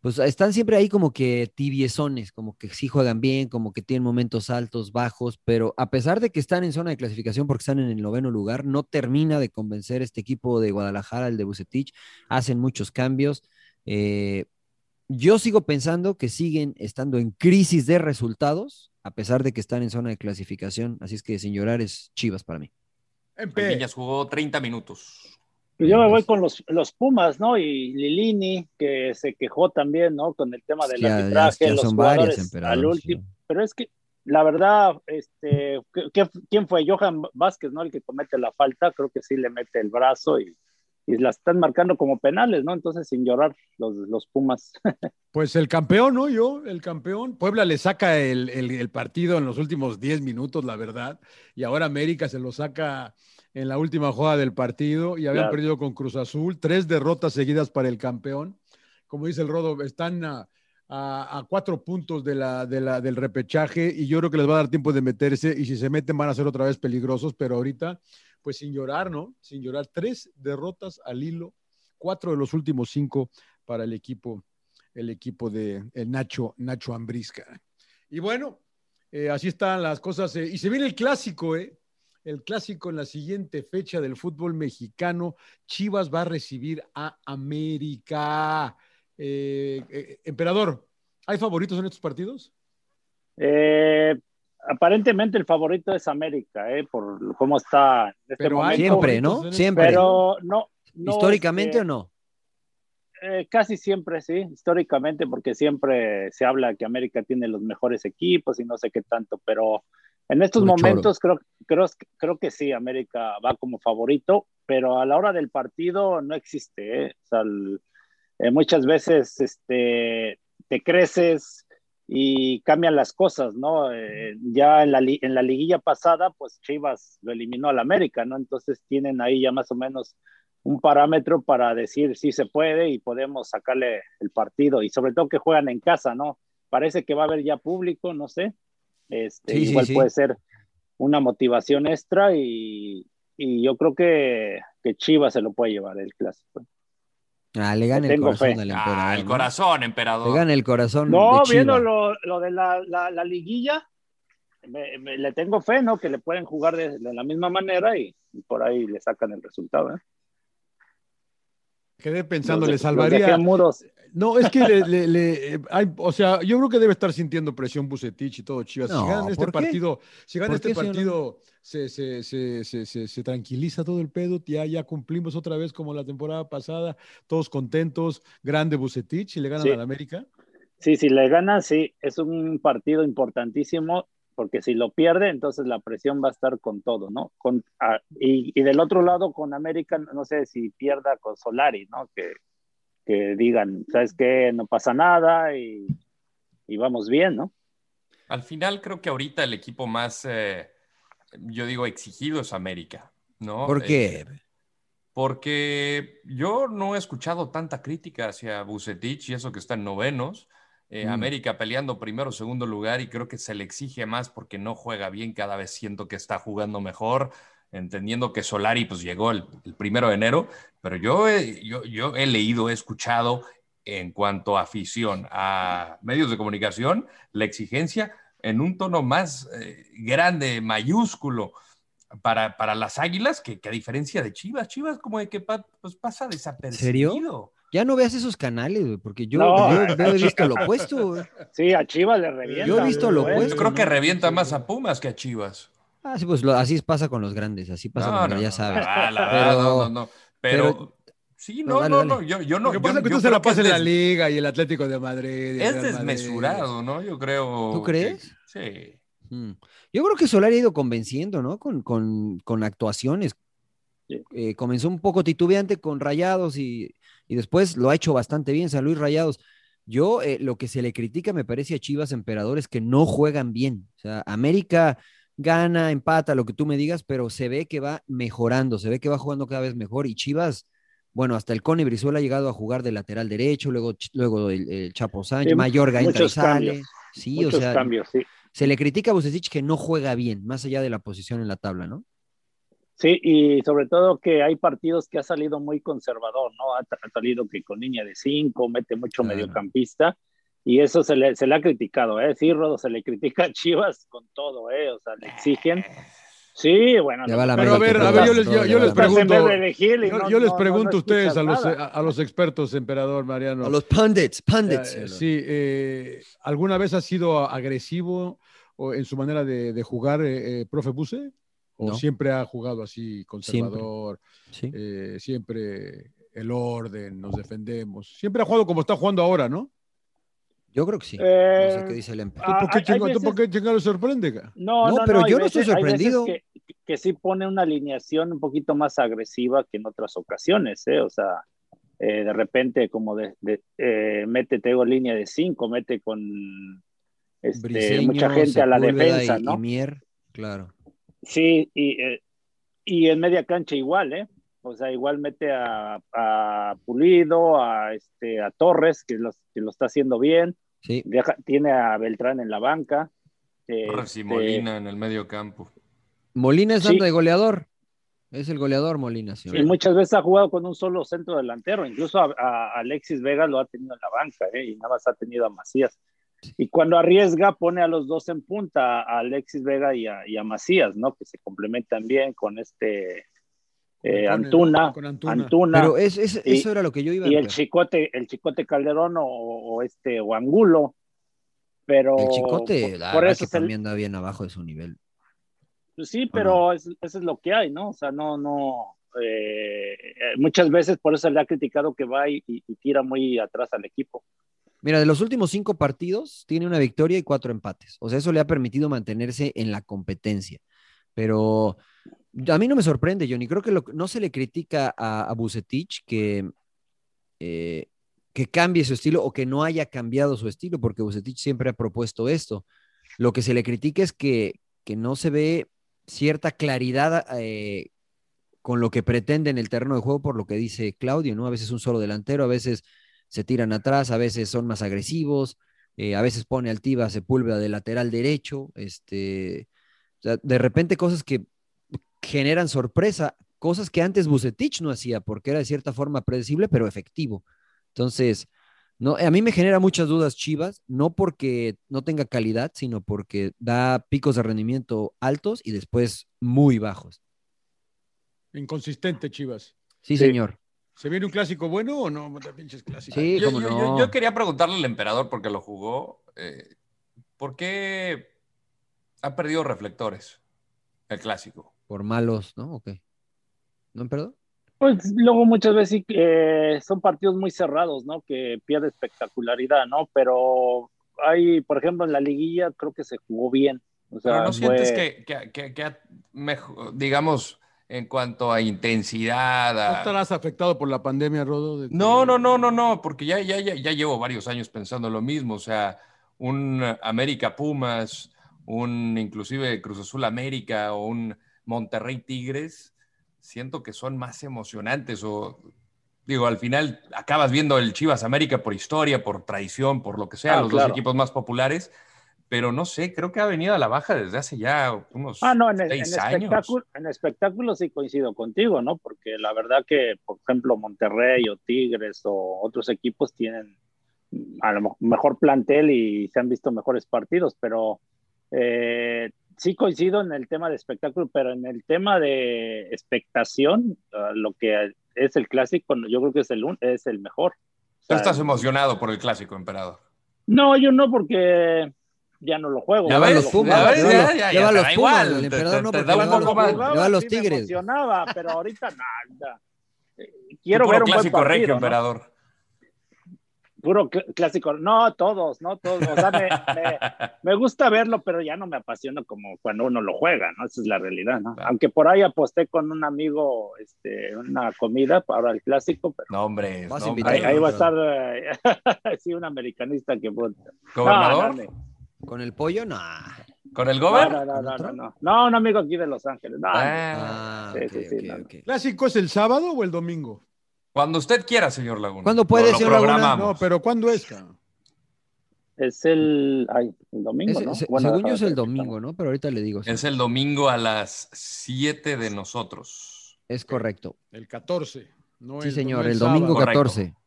S10: pues están siempre ahí como que tibiezones, como que sí juegan bien, como que tienen momentos altos, bajos, pero a pesar de que están en zona de clasificación porque están en el noveno lugar, no termina de convencer este equipo de Guadalajara, el de Bucetich, hacen muchos cambios. eh, yo sigo pensando que siguen estando en crisis de resultados, a pesar de que están en zona de clasificación, así es que sin llorar es Chivas para mí.
S3: Viñas jugó 30 minutos.
S11: Pues yo me voy con los, los Pumas, ¿no? Y Lilini, que se quejó también, ¿no? Con el tema
S10: Es
S11: del
S10: que ya-
S11: arbitraje,
S10: ya- ya
S11: los
S10: son varias,
S11: jugadores
S10: emperador,
S11: al último. Pero es que, la verdad, este, ¿qué- qué- ¿quién fue? Johan Vázquez, ¿no? El que comete la falta, creo que sí le mete el brazo y, y la están marcando como penales, ¿no? Entonces, sin llorar, los, los Pumas. (laughs)
S9: Pues el campeón, ¿no? Yo, el campeón. Puebla le saca el, el- el partido en los últimos 10 minutos, la verdad. Y ahora América se lo saca en la última jugada del partido y habían
S13: Claro.
S9: perdido con Cruz Azul. Tres derrotas seguidas para el campeón. Como dice el Rodo, están a, a- a cuatro puntos de la, de la- del repechaje y yo creo que les va a dar tiempo de meterse. Y si se meten, van a ser otra vez peligrosos, pero ahorita, pues sin llorar, ¿no? Sin llorar. Tres derrotas al hilo, cuatro de los últimos cinco para el equipo el equipo de el Nacho, Nacho Ambrisca. Y bueno, eh, así están las cosas. eh, y se viene el clásico, ¿eh? El clásico en la siguiente fecha del fútbol mexicano. Chivas va a recibir a América. Eh, eh, emperador, ¿hay favoritos en estos partidos?
S11: Eh, aparentemente el favorito es América, ¿eh? Por cómo está en este
S10: Pero hay
S11: momento.
S10: Siempre, ¿no? favoritos en Siempre. este-
S11: Pero no. no,
S10: ¿Históricamente
S11: este,
S10: o no?
S11: Eh, casi siempre, sí, históricamente, porque siempre se habla que América tiene los mejores equipos y no sé qué tanto, pero en estos
S10: Puro
S11: momentos creo, creo, creo que sí, América va como favorito, pero a la hora del partido no existe. ¿eh? O sea, el- eh, muchas veces este, te creces y cambian las cosas, ¿no? Eh, ya en la, li- en la liguilla pasada, pues Chivas lo eliminó al América, ¿no? Entonces tienen ahí ya más o menos un parámetro para decir si se puede y podemos sacarle el partido y sobre todo que juegan en casa, ¿no? Parece que va a haber ya público, no sé. Este,
S10: Sí, sí,
S11: igual
S10: sí.
S11: puede ser una motivación extra y, y yo creo que, que Chivas se lo puede llevar el clásico.
S10: Ah, le gana
S11: le
S10: el
S11: tengo
S10: corazón
S11: fe.
S10: del emperador.
S3: Ah, el
S10: ¿no?
S3: corazón, emperador.
S10: Le gana el corazón de
S11: No,
S10: Chivas.
S11: viendo lo, lo de la, la- la liguilla, me- me- le tengo fe, ¿no? Que le pueden jugar de, de la misma manera y, y por ahí le sacan el resultado, ¿eh?
S9: Quedé pensando,
S11: Los de-
S9: le
S11: los
S9: salvaría.
S11: dejé a muros.
S9: No, es que le, le- le- eh, hay- o sea, yo creo que debe estar sintiendo presión Bucetich y todo Chivas.
S10: No,
S9: si ganan este
S10: ¿por qué?
S9: partido, si ganan
S10: ¿Por
S9: este
S10: qué, señor?
S9: partido, se, se- se- se- se- se tranquiliza todo el pedo, ya, ya cumplimos otra vez como la temporada pasada, todos contentos, grande Bucetich y le ganan
S11: Sí.
S9: al América.
S11: Sí, si le gana, sí, es un partido importantísimo, porque si lo pierde, entonces la presión va a estar con todo, ¿no? Con, ah, y, y del otro lado, con América, no sé si pierda con Solari, ¿no? Que, que digan, ¿sabes qué? No pasa nada y, y vamos bien, ¿no?
S3: Al final creo que ahorita el equipo más, eh, yo digo, exigido es América, ¿no?
S10: ¿Por qué?
S3: Eh, porque yo no he escuchado tanta crítica hacia Bucetich y eso que está en novenos. Eh,
S10: Mm.
S3: América peleando primero, segundo lugar y creo que se le exige más porque no juega bien, cada vez siento que está jugando mejor, entendiendo que Solari pues llegó el, el primero de enero, pero yo he, yo, yo he leído, he escuchado en cuanto a afición a medios de comunicación, la exigencia en un tono más eh, grande, mayúsculo, para, para las águilas, que, que a diferencia de Chivas, Chivas como de que pa- pues pasa desapercibido.
S10: serio? Ya no veas esos canales, güey, porque yo,
S3: No,
S10: yo-
S3: a-
S10: yo
S3: a
S10: he visto
S3: Chivas. (laughs)
S10: lo opuesto, güey.
S11: Sí, a Chivas le revienta.
S10: Yo he visto lo
S11: ¿eh?
S10: opuesto.
S3: Creo que revienta más a Pumas que a Chivas.
S10: Ah, sí, pues lo- así pasa con los grandes, así pasa
S3: No,
S10: con
S3: no,
S10: los, ya
S3: no.
S10: sabes.
S3: Ah, la verdad, no, no, no. Pero, sí,
S10: no,
S3: no,
S10: dale,
S3: no,
S10: dale.
S3: no, yo, yo no.
S9: Lo que
S3: yo-
S9: pasa es que
S3: yo
S9: tú se
S3: creo
S9: la pasas en
S3: es
S9: la
S3: des-
S9: Liga y el Atlético de Madrid. y
S3: Es
S9: el Real Madrid.
S3: desmesurado, ¿no? Yo creo.
S10: ¿Tú
S3: que-
S10: crees?
S3: Sí.
S10: Mm. Yo creo que Solari ha ido convenciendo, ¿no? Con, con- con actuaciones. Eh, comenzó un poco titubeante con Rayados y, y después lo ha hecho bastante bien, San Luis Rayados. Yo eh, lo que se le critica, me parece, a Chivas Emperador es que no juegan bien. O sea, América gana, empata, lo que tú me digas, pero se ve que va mejorando, se ve que va jugando cada vez mejor. Y Chivas, bueno, hasta el Cone Brizuela ha llegado a jugar de lateral derecho, luego, Ch- luego el, el Chapo Sánchez,
S11: Sí,
S10: Mayorga entra y
S11: muchos
S10: sale.
S11: cambios,
S10: Sí,
S11: muchos
S10: o sea,
S11: cambios, sí.
S10: se le critica a Bucetich que no juega bien, más allá de la posición en la tabla, ¿no?
S11: Sí, y sobre todo que hay partidos que ha salido muy conservador, ¿no? Ha, ha salido que con línea de cinco, mete mucho mediocampista, y eso se le, se le ha criticado, ¿eh? Sí, Rodo, se le critica a Chivas con todo, ¿eh? O sea, le exigen. Sí, bueno.
S10: Le
S11: no-
S10: va la
S9: Pero a ver, a ver, yo les, yo- yo les
S11: Estás en
S9: pregunto.
S11: Beverly Hills y
S9: Yo,
S11: no-
S9: yo les
S11: no- no-
S9: pregunto
S11: no
S9: a ustedes, a
S11: escuchas
S9: los, eh,
S11: nada.
S9: a, a los expertos, emperador Mariano.
S10: A los pundits, pundits.
S9: Eh, sí, eh, ¿alguna vez has sido agresivo o en su manera de, de jugar, eh, eh, profe Buse? ¿O
S10: No.
S9: siempre ha jugado así, conservador? eh,
S10: Siempre.
S9: siempre el orden, nos defendemos. Siempre ha jugado como está jugando ahora, ¿no?
S10: Yo creo que sí.
S11: Eh,
S10: no sé qué dice el empe.
S9: ¿Tú por qué,
S11: hay- hay
S9: chingo- tú
S11: veces-
S9: por qué chingado le sorprende? ca?
S11: No,
S10: No,
S11: no,
S10: pero
S11: no,
S10: yo
S11: hay
S10: no estoy
S11: veces- hay veces
S10: sorprendido.
S11: Que, que sí pone una alineación un poquito más agresiva que en otras ocasiones, ¿eh? O sea, eh, de repente como de, de- eh, mete, tengo línea de cinco, mete con este,
S10: Briseño,
S11: mucha gente a la
S10: Sepúlveda
S11: defensa,
S10: y-
S11: ¿no?
S10: y Mier, claro.
S11: Sí, y, eh, y en media cancha igual, ¿eh? O sea, igual mete a, a Pulido, a, este, a Torres, que, los, que lo está haciendo bien.
S10: Sí.
S11: Deja- tiene a Beltrán en la banca. eh,
S3: Torres y
S11: este,
S3: Molina en el medio campo.
S10: Molina es
S11: Sí.
S10: anda de goleador. Es el goleador Molina, sí.
S11: Y muchas veces ha jugado con un solo centro delantero, incluso a, a Alexis Vega lo ha tenido en la banca, ¿eh? y nada más ha tenido a Macías. Y cuando arriesga, pone a los dos en punta, a Alexis Vega y a, y a Macías, ¿no? Que se complementan bien con este eh,
S9: Con el-
S11: Antuna,
S9: con
S11: Antuna.
S9: Antuna.
S10: Pero es- es-
S11: Y-
S10: eso era lo que yo iba a
S11: Y el
S10: ver.
S11: chicote, el chicote Calderón o, o este, o Angulo. Pero
S10: El chicote, la
S11: por, por
S10: verdad
S11: eso
S10: que
S11: se-
S10: también anda bien abajo de su nivel.
S11: pues sí, pero es- eso es lo que hay, ¿no? O sea, no, no. eh, eh, muchas veces por eso se le ha criticado que va y, y- y tira muy atrás al equipo.
S10: Mira, de los últimos cinco partidos tiene una victoria y cuatro empates. O sea, eso le ha permitido mantenerse en la competencia. Pero a mí no me sorprende, Johnny. Creo que lo- no se le critica a, a Vucetich que, eh, que cambie su estilo o que no haya cambiado su estilo, porque Bucetich siempre ha propuesto esto. Lo que se le critica es que, que no se ve cierta claridad eh, con lo que pretende en el terreno de juego, por lo que dice Claudio, ¿no? A veces un solo delantero, a veces se tiran atrás, a veces son más agresivos, eh, a veces pone altiva Sepúlveda de lateral derecho, este, o sea, de repente cosas que generan sorpresa, cosas que antes Bucetich no hacía, porque era de cierta forma predecible, pero efectivo. Entonces, no, a mí me genera muchas dudas Chivas, no porque no tenga calidad, sino porque da picos de rendimiento altos y después muy bajos.
S9: Inconsistente, Chivas.
S10: Sí, señor.
S9: ¿Se viene un clásico bueno o no? Puta, Pinches clásicos.
S3: Ah, yo, yo- yo- yo quería preguntarle al emperador, porque lo jugó, eh, ¿por qué ha perdido reflectores el clásico?
S10: Por malos, ¿no? ¿O qué? ¿No, perdón?
S11: Pues luego muchas veces sí, eh, son partidos muy cerrados, ¿no? Que pierde espectacularidad, ¿no? Pero hay, por ejemplo, en la liguilla creo que se jugó bien. O sea,
S3: Pero
S11: fue-
S3: no sientes que, que- que- que ha mejo- digamos, en cuanto a intensidad.
S9: ¿No
S3: a-
S9: estarás afectado por la pandemia, Rodo? de que-
S3: No, no, no, no, no, porque ya, ya, ya, ya llevo varios años pensando lo mismo. O sea, un eh, América Pumas, un inclusive Cruz Azul América o un Monterrey Tigres, siento que son más emocionantes. O digo, al final acabas viendo el Chivas América por historia, por traición, por lo que sea,
S11: Ah,
S3: los dos
S11: claro.
S3: equipos más populares. Pero no sé, creo que ha venido a la baja desde hace ya unos
S11: Ah, no, en, el- en
S3: seis años.
S11: espectáculo, en espectáculo sí coincido contigo, ¿no? Porque la verdad que, por ejemplo, Monterrey o Tigres o otros equipos tienen mm, a lo mo- mejor plantel y se han visto mejores partidos, pero eh, sí coincido en el tema de espectáculo, pero en el tema de expectación, ah, lo que es el clásico, yo creo que es el, un- es el mejor.
S3: Tú estás emocionado por el clásico, emperador.
S11: No, yo no, porque ya no lo juego.
S3: Ya
S11: ¿no?
S3: ves,
S11: Lo jugaba.
S3: ya ves, ya, ya, ya,
S10: Lleva
S3: te
S10: a los
S3: da
S10: Pumas,
S3: igual,
S10: el
S3: te-
S10: emperador
S3: te-
S10: no,
S3: te
S10: porque
S3: da un
S10: lleva a
S3: poco
S10: los-
S3: más.
S10: lleva a los
S11: sí me
S10: Tigres.
S11: emocionaba, pero ahorita nada.
S3: (laughs)
S11: Eh, Quiero
S3: Tú
S11: ver
S3: puro
S11: un buen
S3: clásico
S11: partido,
S3: regio,
S11: ¿no?
S3: emperador.
S11: Puro cl- clásico. No, todos, no todos. O sea, me, me- me gusta verlo, pero ya no me apasiona como cuando uno lo juega, ¿no? Esa es la realidad, ¿no? Aunque por ahí aposté con un amigo este, una comida para el clásico, pero
S3: No, hombre.
S11: Vas
S3: no,
S11: ahí,
S3: hombre.
S11: ahí va a estar eh, (laughs) sí, un americanista que
S3: ¿Gobernador?
S11: No, no, no.
S10: ¿Con el pollo? No. ah,
S3: ¿Con el gober?
S11: No, no, no, no, no. No, un amigo aquí de Los Ángeles. No,
S3: Ah,
S11: no. Sí, sí, sí, no, no.
S9: ¿Clásico es el sábado o el domingo?
S3: Cuando usted quiera, señor Laguna.
S10: ¿Cuándo
S3: Lo-
S10: puede,
S3: lo
S10: señor Laguna?
S3: programamos.
S9: No, pero ¿cuándo es? cabrón?
S11: Es el, ay, el domingo,
S10: Es-
S11: ¿no?
S10: se-
S11: Bueno,
S10: según yo es el domingo, ¿no? Pero ahorita le digo. sí.
S3: Es el domingo a las 7 de nosotros.
S10: Es correcto.
S9: El 14. no
S10: Sí,
S9: el-
S10: señor,
S9: no
S10: el domingo
S3: Correcto.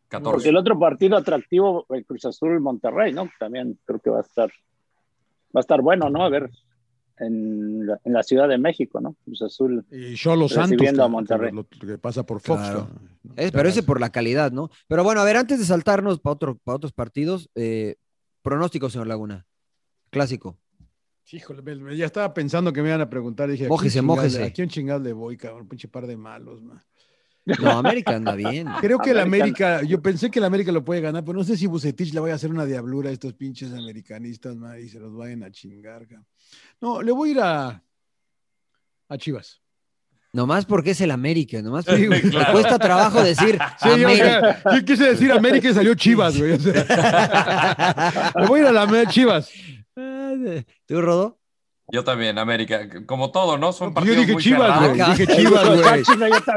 S10: 14.
S11: Porque el otro partido atractivo, el Cruz Azul Monterrey, ¿no? También creo que va a estar, va a estar bueno, ¿no? A ver, en la, en la Ciudad de México, ¿no? Cruz Azul.
S9: Y yo los Santos.
S11: Recibiendo a
S9: cabrón,
S11: Monterrey.
S9: que lo- lo que pasa por Fox.
S10: Claro.
S9: cabrón.
S10: Es- pero ese por la calidad, ¿no? Pero bueno, a ver, antes de saltarnos para otro, pa' otros partidos, eh, pronóstico, señor Laguna. Clásico.
S9: Híjole, me- me- ya estaba pensando que me iban a preguntar. Dije, ¿a quién
S10: Mójese,
S9: chingados-
S10: mójese.
S9: ¿A quién chingados le voy, cabrón? Pinche par de malos, man.
S10: No, América anda bien.
S9: Creo que el América, yo pensé que el América lo puede ganar, pero no sé si Bucetich le vaya a hacer una diablura a estos pinches americanistas, man, y se los vayan a chingar. cabrón. No, le voy a ir a, a Chivas.
S10: Nomás porque es el América, nomás
S9: Sí, güey,
S10: porque
S9: claro.
S10: cuesta trabajo decir
S9: Sí, yo, o sea,
S10: América.
S9: yo quise decir América y salió Chivas, güey. o
S10: (laughs)
S9: sea. le voy a ir a la Amer- Chivas.
S10: ¿Tú, Rodo?
S3: Yo también, América. Como todo, ¿no? Son
S9: pues Yo
S3: partidos
S9: dije
S3: muy
S9: Chivas,
S3: cerrados.
S9: güey. (laughs) Dije Chivas, güey.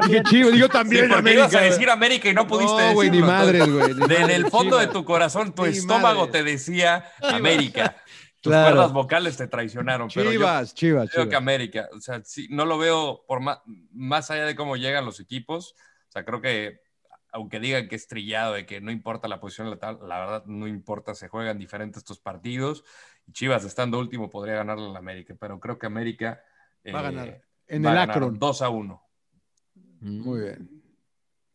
S9: Dije Chivas, digo
S3: Sí,
S9: también
S3: porque
S9: América.
S3: ibas a
S9: güey.
S3: decir América y no pudiste
S9: No, güey, ni
S3: decirlo.
S9: madres,
S3: Entonces,
S9: (laughs) güey,
S3: de-
S9: ni
S3: En
S9: madres,
S3: el fondo de
S9: Chivas.
S3: tu corazón, tu
S9: Ni
S3: estómago
S9: madres.
S3: te decía América. Tus
S9: Claro.
S3: cuerdas vocales te traicionaron. pero yo-
S9: Chivas, Chivas,
S3: Creo que
S9: Chivas.
S3: América, o sea, sí, no lo veo por más, más allá de cómo llegan los equipos. O sea, creo que, aunque digan que es trillado, de que no importa la posición, en la, tabla, la verdad no importa, se juegan diferentes estos partidos. Y Chivas, estando último, podría ganarle al América, pero creo que América. eh,
S9: Va a ganar. En
S3: va a
S9: el
S3: ganar
S9: Akron.
S3: 2 a 1.
S9: Muy bien.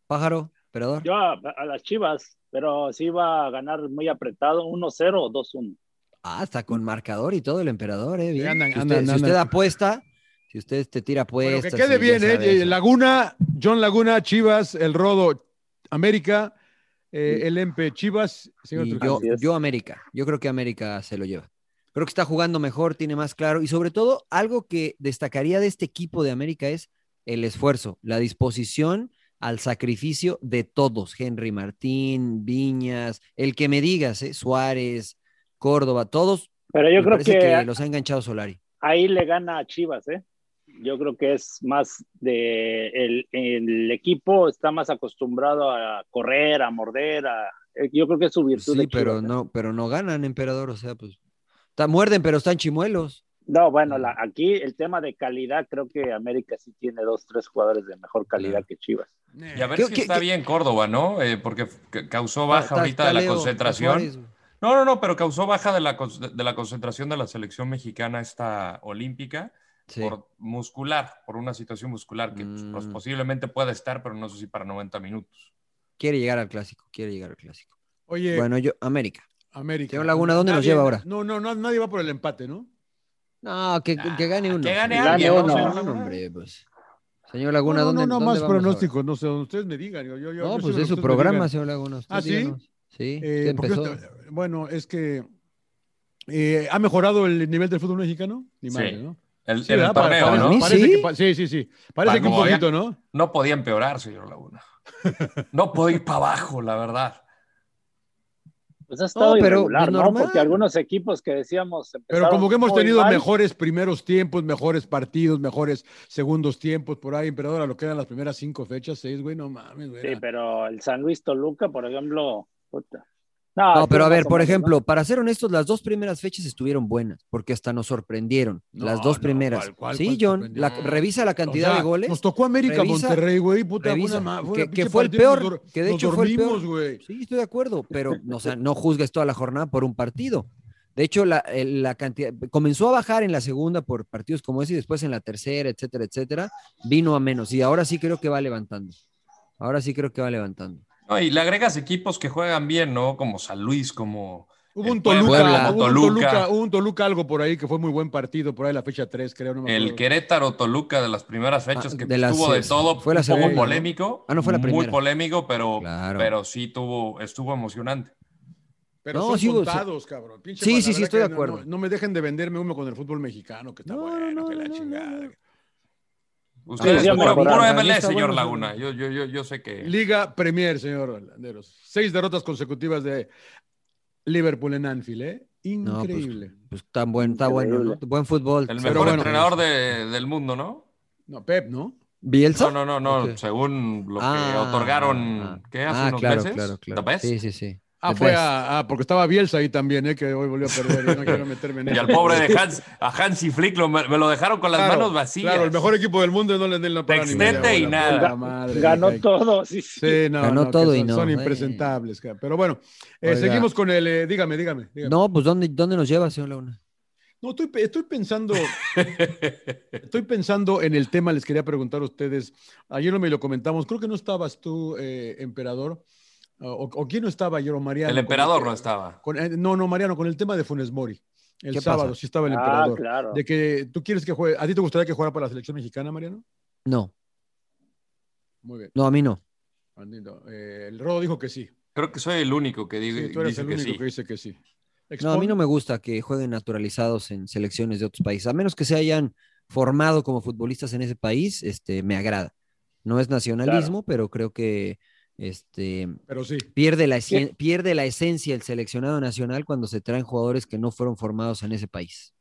S10: Pájaro, emperador.
S11: Yo a, a las Chivas, pero sí va a ganar muy apretado, 1-0 o 2-1.
S10: Ah, hasta con marcador y todo el emperador, ¿eh? Bien.
S9: andan,
S10: si, usted,
S9: andan,
S10: si
S9: andan.
S10: usted apuesta, si usted te tira
S9: Pero
S10: apuestas.
S9: que quede
S10: y ya
S9: bien, ¿eh?
S10: sabe eso.
S9: Laguna, John Laguna, Chivas, El Rodo, América, eh, el Empe, Chivas, señor
S10: Y
S9: Trujillo.
S10: yo, yo América. Yo creo que América se lo lleva. Creo que está jugando mejor, tiene más claro. Y sobre todo, algo que destacaría de este equipo de América es el esfuerzo, la disposición al sacrificio de todos. Henry Martín, Viñas, el que me digas, ¿eh? Suárez, Córdoba, todos.
S11: Pero yo
S10: me
S11: creo
S10: parece
S11: que-
S10: los ha enganchado Solari.
S11: Ahí le gana a Chivas, ¿eh? Yo creo que es más de. El, el equipo está más acostumbrado a correr, a morder, a. eh, Yo creo que es su virtud.
S10: Sí,
S11: de Chivas,
S10: pero
S11: ¿eh?
S10: no, pero no ganan, emperador. O sea, pues. ta- muerden, pero están chimuelos.
S11: No, bueno, la- aquí el tema de calidad, creo que América sí tiene dos, tres jugadores de mejor calidad que Chivas.
S3: Y a ver
S11: ¿Qué-
S3: si
S11: qué-
S3: está bien Córdoba, ¿no? Eh, porque ca- causó
S9: Ah,
S3: baja
S11: Está-
S3: ahorita
S11: está
S3: de la
S11: Leo,
S3: concentración.
S11: está Suárez.
S3: No, no, no, pero causó baja de la, cons- de la concentración de la selección mexicana esta olímpica por muscular, por una situación muscular que pues,
S10: Mm.
S3: pues, posiblemente pueda estar, pero no sé si para 90 minutos.
S10: Quiere llegar al clásico, quiere llegar al clásico.
S9: Oye,
S10: Bueno, yo, América.
S9: América.
S10: Señor Laguna, ¿dónde nos lleva ahora?
S9: No, no, no, nadie va por el empate, ¿no?
S10: No, que, que gane uno.
S3: que gane
S10: Sí.
S3: alguien,
S10: Gane
S3: ¿no,
S10: uno,
S3: señor?
S10: hombre, pues. Señor Laguna,
S9: no, no,
S10: ¿dónde
S9: no,
S10: dónde
S9: más
S10: vamos
S9: pronósticos, no sé, donde ustedes me digan. Yo, yo, yo-
S10: No, pues
S9: yo sé lo
S10: es
S9: que
S10: su
S9: ustedes me
S10: programa,
S9: digan.
S10: señor Laguna. usted
S9: ¿Ah, sí?
S10: díganos. Sí,
S9: Eh,
S10: usted
S9: porque yo
S10: empezó.
S9: te- bueno, es que eh, ha mejorado el nivel del fútbol mexicano. Ni
S3: Sí.
S9: madre, ¿no?
S3: El-
S9: Sí,
S3: en el
S9: ¿verdad? Pa-
S3: torneo,
S9: parece-
S3: ¿no?
S10: Ah,
S3: ¿A mí
S9: parece
S3: sí?
S9: que pa- sí, sí, sí. Parece que un
S3: Como había-
S9: poquito, ¿no?
S3: No podía empeorar, señor Laguna. No podía ir para abajo, la verdad.
S11: Pues ha estado
S3: No, pero,
S11: irregular,
S3: pues,
S11: ¿no?
S3: normal.
S11: Porque algunos equipos que decíamos
S9: Pero como que hemos tenido
S11: mejor
S9: mejores primeros tiempos, mejores partidos, mejores segundos tiempos, por ahí, emperador, a lo que eran las primeras cinco fechas, seis, güey, no mames, güey.
S11: Sí, pero el San Luis Toluca, por ejemplo. puta. No,
S9: Ah,
S10: No, pero a
S11: estuvo
S10: ver,
S11: más o
S10: por
S11: menos,
S10: ejemplo, para ser honestos, las dos primeras fechas estuvieron buenas, porque hasta nos sorprendieron. las dos primeras.
S9: cuál,
S10: sí,
S9: cuál
S10: John, la- revisa la cantidad
S9: O sea,
S10: de goles.
S9: Nos tocó América
S10: Revisa-
S9: Monterrey, güey, puta, fue
S10: revisa,
S9: una ma- fue
S10: que,
S9: una
S10: que
S9: pinche
S10: fue el
S9: partido, nos
S10: peor,
S9: dor-
S10: que de
S9: nos
S10: hecho fue el peor.
S9: dormimos, güey.
S10: Sí, estoy de acuerdo, pero no, o sea, no juzgues toda la jornada por un partido. De hecho, la, el- la cantidad comenzó a bajar en la segunda por partidos como ese y después en la tercera, etcétera, etcétera, vino a menos y ahora sí creo que va levantando. Ahora sí creo que va levantando.
S3: No, y le agregas equipos que juegan bien, ¿no? Como San Luis, como.
S9: Hubo
S3: el
S9: un
S3: Puebla,
S9: Toluca,
S3: como
S9: hubo un
S3: Toluca,
S9: Toluca, hubo un Toluca algo por ahí que fue muy buen partido, por ahí la fecha 3, creo, no me
S3: El
S9: acuerdo.
S3: Querétaro Toluca de las primeras fechas
S10: Ah,
S3: que
S10: de las-
S3: tuvo de
S10: sí,
S3: todo,
S10: fue la
S3: un poco
S10: segunda, ¿no?
S3: polémico.
S10: Ah, no, fue la
S3: Muy
S10: primera.
S3: polémico, pero,
S10: Claro.
S3: pero sí tuvo, estuvo emocionante.
S9: Pero
S10: No,
S9: son
S10: sí, o sea-
S9: contados, cabrón. Pinche
S10: Sí,
S9: pa-
S10: sí,
S9: la
S10: sí,
S9: verdad
S10: estoy
S9: que
S10: de
S9: no-
S10: acuerdo.
S9: No, no me dejen de venderme uno con el fútbol mexicano, que está bueno, que la chingada. Eh.
S3: Ustedes
S9: sí,
S3: puro,
S9: pero-
S3: puro
S9: para mí
S3: MLS,
S9: está
S3: señor
S9: bueno,
S3: Laguna. Yo, yo, yo, yo sé que.
S9: Liga Premier, señor Landeros. Seis derrotas consecutivas de Liverpool en Anfield, ¿eh?
S10: No, pues,
S9: Increíble.
S10: pues, tan buen, está bueno, ¿no? buen fútbol.
S3: El
S9: Pero
S3: mejor
S9: bueno.
S3: entrenador de- del mundo, ¿no?
S9: No, Pep, ¿no?
S10: ¿Bielsa?
S3: No, no, no, no.
S10: Ok.
S3: Según lo que
S10: Ah,
S3: otorgaron, ¿qué? Hace
S10: ah,
S3: unos
S10: claro,
S3: meses.
S10: claro, claro.
S3: The best.
S10: Sí, sí, sí.
S9: Ah,
S10: The
S9: fue
S10: best.
S9: a, ah, porque estaba Bielsa ahí también, ¿eh? Que hoy volvió a perder y no quiero meterme en
S3: Y al pobre de Hans, a Hansi Flick lo- me lo dejaron con las
S9: Claro,
S3: manos vacías.
S9: Claro, el mejor equipo del mundo y no le den la parada ni media
S3: Sextete y
S9: bola,
S3: nada.
S9: puta madre,
S11: Ganó
S9: hija.
S11: todo, sí, sí.
S9: Sí, no,
S10: Ganó
S9: no, que
S10: todo y
S9: son,
S10: no,
S9: Son
S10: güey.
S9: impresentables, cara. pero bueno, eh,
S10: Oiga.
S9: seguimos con el. eh, dígame, dígame. dígame.
S10: No, pues ¿dónde, dónde nos lleva, señor Laguna?
S9: No, estoy, pe-
S3: (laughs)
S9: estoy pensando. estoy pensando en el tema, les quería preguntar a ustedes. Ayer no me lo comentamos, creo que no estabas tú, eh, emperador. ah, O, o quién no estaba ayer, o Mariano.
S3: El
S9: con
S3: emperador
S9: que-
S3: no estaba.
S9: con- eh, no, no, Mariano, con el tema de Funes Mori. El
S10: ¿Qué
S9: sábado
S10: pasa?
S9: sí estaba el
S11: Ah,
S9: emperador.
S11: claro.
S9: De que tú quieres que juegue. ¿A ti te gustaría que jugara para la selección mexicana, Mariano?
S10: No,
S9: Muy bien.
S10: no, a mí no.
S9: Bandido. Eh, el Rodo dijo que sí.
S3: Creo que soy el único que diga-
S9: Sí, tú eres
S3: dice
S9: el
S3: que
S9: único
S3: sí.
S9: que dice que sí.
S10: No, a mí no me gusta que jueguen naturalizados en selecciones de otros países, a menos que se hayan formado como futbolistas en ese país, este, me agrada. No es nacionalismo, pero creo que este,
S9: Pero sí.
S10: pierde, la esen- pierde la esencia el seleccionado nacional cuando se traen jugadores que no fueron formados en ese país.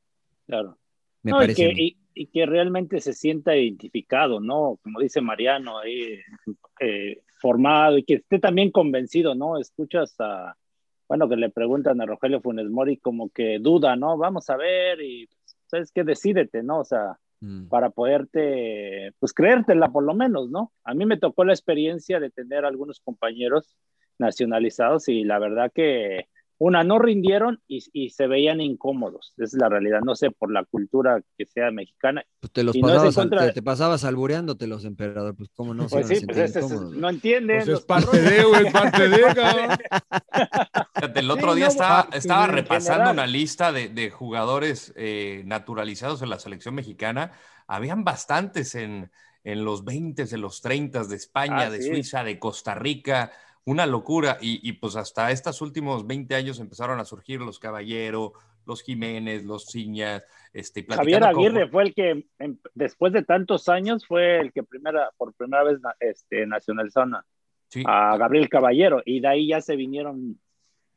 S11: Claro.
S10: Me
S11: No, y,
S10: parece. a
S11: que,
S10: mí.
S11: y- y que realmente se sienta identificado, ¿no? Como dice Mariano, ahí eh, formado y que esté también convencido, ¿no? Escuchas a, bueno, que le preguntan a Rogelio Funes Mori como que duda, ¿no? Vamos a ver y, pues, ¿sabes qué? Decídete, ¿no? O sea,
S10: Mm.
S11: para poderte, pues creértela por lo menos, ¿no? A mí me tocó la experiencia de tener algunos compañeros nacionalizados y la verdad que una no rindieron y, y se veían incómodos, esa es la realidad, no sé, por la cultura que sea mexicana.
S10: Pues te los
S11: y no es en
S10: pasabas, al-
S11: contra-
S10: te, te pasabas albureándote los emperador, pues cómo no se
S11: Pues
S10: iban a
S11: sí, pues
S10: sentir
S11: ese es-
S10: incómodos,
S11: no entienden.
S9: Pues
S11: los
S9: es parte de, güey, es
S10: (laughs)
S9: parte de, cabrón.
S3: Fíjate, El otro
S11: Sí,
S3: día
S11: no,
S3: estaba,
S11: porque
S3: estaba
S11: en
S3: repasando
S11: general-
S3: una lista de, de jugadores eh, naturalizados en la selección mexicana. Habían bastantes en, en los 20, en los 30 de España,
S11: Ah,
S3: de
S11: sí.
S3: Suiza, de Costa Rica. Una locura. Y, y, pues hasta estos últimos 20 años empezaron a surgir los Caballero, los Jiménez, los Ciñas. Este, y
S11: (laughs) Javier
S3: platicando con-
S11: Aguirre fue el que, en- después de tantos años, fue el que primera, por primera vez na- este, nacionalizó a,
S3: Sí.
S11: a Gabriel Caballero y de ahí ya se vinieron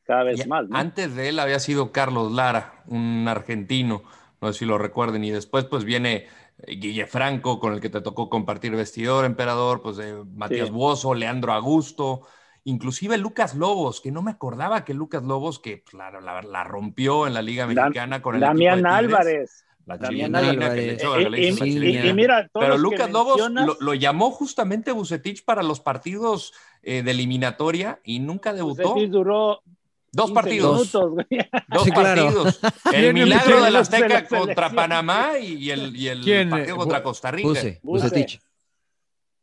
S11: cada vez
S3: Y
S11: más. ¿no?
S3: Antes de él había sido Carlos Lara, un argentino, no sé si lo recuerden, y después pues viene eh, Guille Franco, con el que te tocó compartir vestidor, emperador, pues eh, Matías
S11: Sí.
S3: Buoso, Leandro Augusto, inclusive Lucas Lobos, que no me acordaba que Lucas Lobos, que pues, la, la- la rompió en la Liga
S11: Dam-
S3: Mexicana con el
S11: Damián
S3: equipo de Tigres,
S11: Álvarez.
S3: La
S11: Damián
S3: chilindrina que le
S10: Álvarez.
S3: echó- que le
S11: Y-
S3: hizo la
S10: y- y-
S3: chilindrina.
S11: Y mira, todos
S3: Pero
S11: los que
S3: Lucas Lobos
S11: mencionas-
S3: lo, lo llamó justamente Bucetich para los partidos eh, de eliminatoria y nunca debutó.
S11: Cetis duró
S3: Dos
S11: 15
S3: partidos.
S11: minutos, güey.
S3: Dos
S10: Sí, claro.
S3: partidos. El
S9: ¿Quién
S11: (laughs)
S3: milagro
S9: es?
S3: de la
S11: De la
S3: Azteca
S11: selección.
S3: contra Panamá y, y el, y el
S9: ¿Quién? eh,
S3: partido contra Costa Rica.
S10: Puse,
S11: Buse.
S10: Bucetich.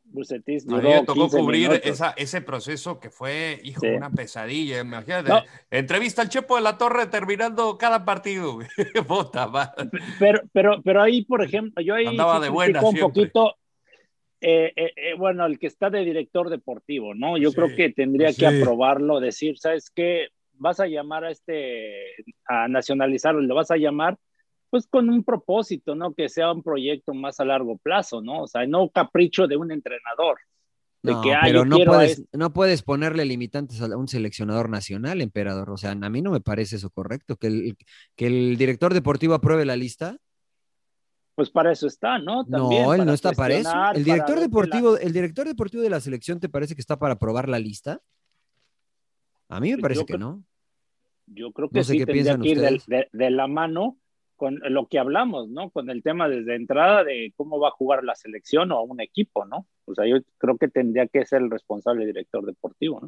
S11: Bucetis
S3: A
S11: duró
S3: mí me tocó
S11: 15
S3: cubrir
S11: minutos.
S3: esa, ese proceso que fue, hijo,
S11: Sí.
S3: una pesadilla. Imagínate.
S11: No.
S3: Entrevista al Chepo de la Torre terminando cada partido. güey. (laughs) Puta madre.
S11: Pero, pero, pero ahí, por ejemplo, yo ahí
S3: Andaba
S11: sí
S3: de
S11: critico
S3: buena
S11: un
S3: siempre.
S11: poquito eh, eh, eh, bueno, el que está de director deportivo, ¿no? Yo
S13: Sí,
S11: creo que tendría
S10: pues
S11: que
S13: sí.
S11: aprobarlo, decir, ¿sabes qué? Vas a llamar a este, a nacionalizarlo, lo vas a llamar, pues con un propósito, ¿no? Que sea un proyecto más a largo plazo, ¿no? O sea, no capricho de un entrenador. De
S10: No,
S11: que, ah,
S10: pero
S11: yo
S10: no
S11: quiero a
S10: puedes,
S11: este-
S10: no puedes ponerle limitantes a un seleccionador nacional, emperador. O sea, a mí no me parece eso correcto. Que el, que el director deportivo apruebe la lista.
S11: Pues para eso está, ¿no? También
S10: no, él
S11: para
S10: no está para eso.
S11: cuestionar,
S10: El
S11: para
S10: director
S11: ver que la-
S10: deportivo, el director deportivo de la selección, ¿te parece que está para aprobar la lista? A mí me
S11: Pues
S10: parece
S11: yo
S10: que
S11: creo-
S10: no.
S11: Yo creo que
S10: No sé
S11: sí
S10: qué
S11: tendría
S10: piensan
S11: que ir del-
S10: ustedes.
S11: de, de la mano con lo que hablamos, ¿no? Con el tema desde entrada de cómo va a jugar la selección o un equipo, ¿no? O sea, yo creo que tendría que ser el responsable director deportivo,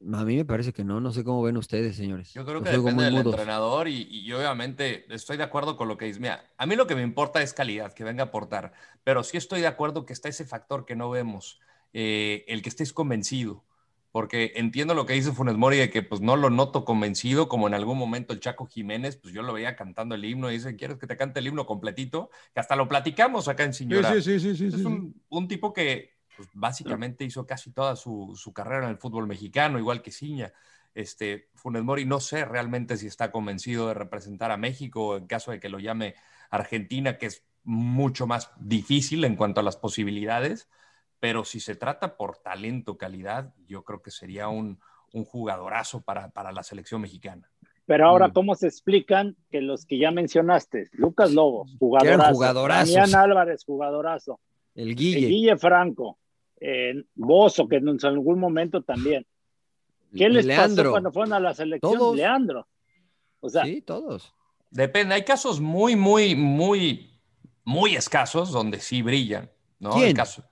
S11: ¿no?
S10: A mí me parece que no. No sé cómo ven ustedes, señores.
S3: Yo creo
S10: Los
S3: que
S10: oigo
S3: depende
S10: muy
S3: del
S10: mudos.
S3: entrenador y, y yo obviamente estoy de acuerdo con lo que dice. Mira, a mí lo que me importa es calidad, que venga a aportar, pero sí estoy de acuerdo que está ese factor que no vemos, eh, el que estés convencido, porque entiendo lo que dice Funes Mori de que pues no lo noto convencido, como en algún momento el Chaco Jiménez, pues yo lo veía cantando el himno y dice, ¿quieres que te cante el himno completito? Que hasta lo platicamos acá en Señora.
S9: Sí, sí, sí, sí, sí,
S3: es
S9: sí.
S3: un, un tipo que pues, básicamente hizo casi toda su, su carrera en el fútbol mexicano, igual que Ciña. Este, Funes Mori no sé realmente si está convencido de representar a México o en caso de que lo llame Argentina, que es mucho más difícil en cuanto a las posibilidades, pero si se trata por talento, calidad, yo creo que sería un, un jugadorazo para, para la selección mexicana.
S11: Pero
S10: Mm.
S11: ahora, ¿cómo se explican que los que ya mencionaste, Lucas Lobo, jugadorazo,
S10: jugadorazos.
S11: Damián Álvarez, jugadorazo,
S10: El
S11: eh,
S10: Guille.
S11: Guille Franco, eh, Bozo, que en algún momento también. ¿Qué les
S3: Leandro.
S11: pasó cuando fueron a la selección?
S3: Todos.
S11: Leandro. O sea,
S10: sí, todos.
S3: Depende, hay casos muy, muy, muy, muy escasos donde sí brillan, ¿no?
S10: ¿Quién?
S3: El caso.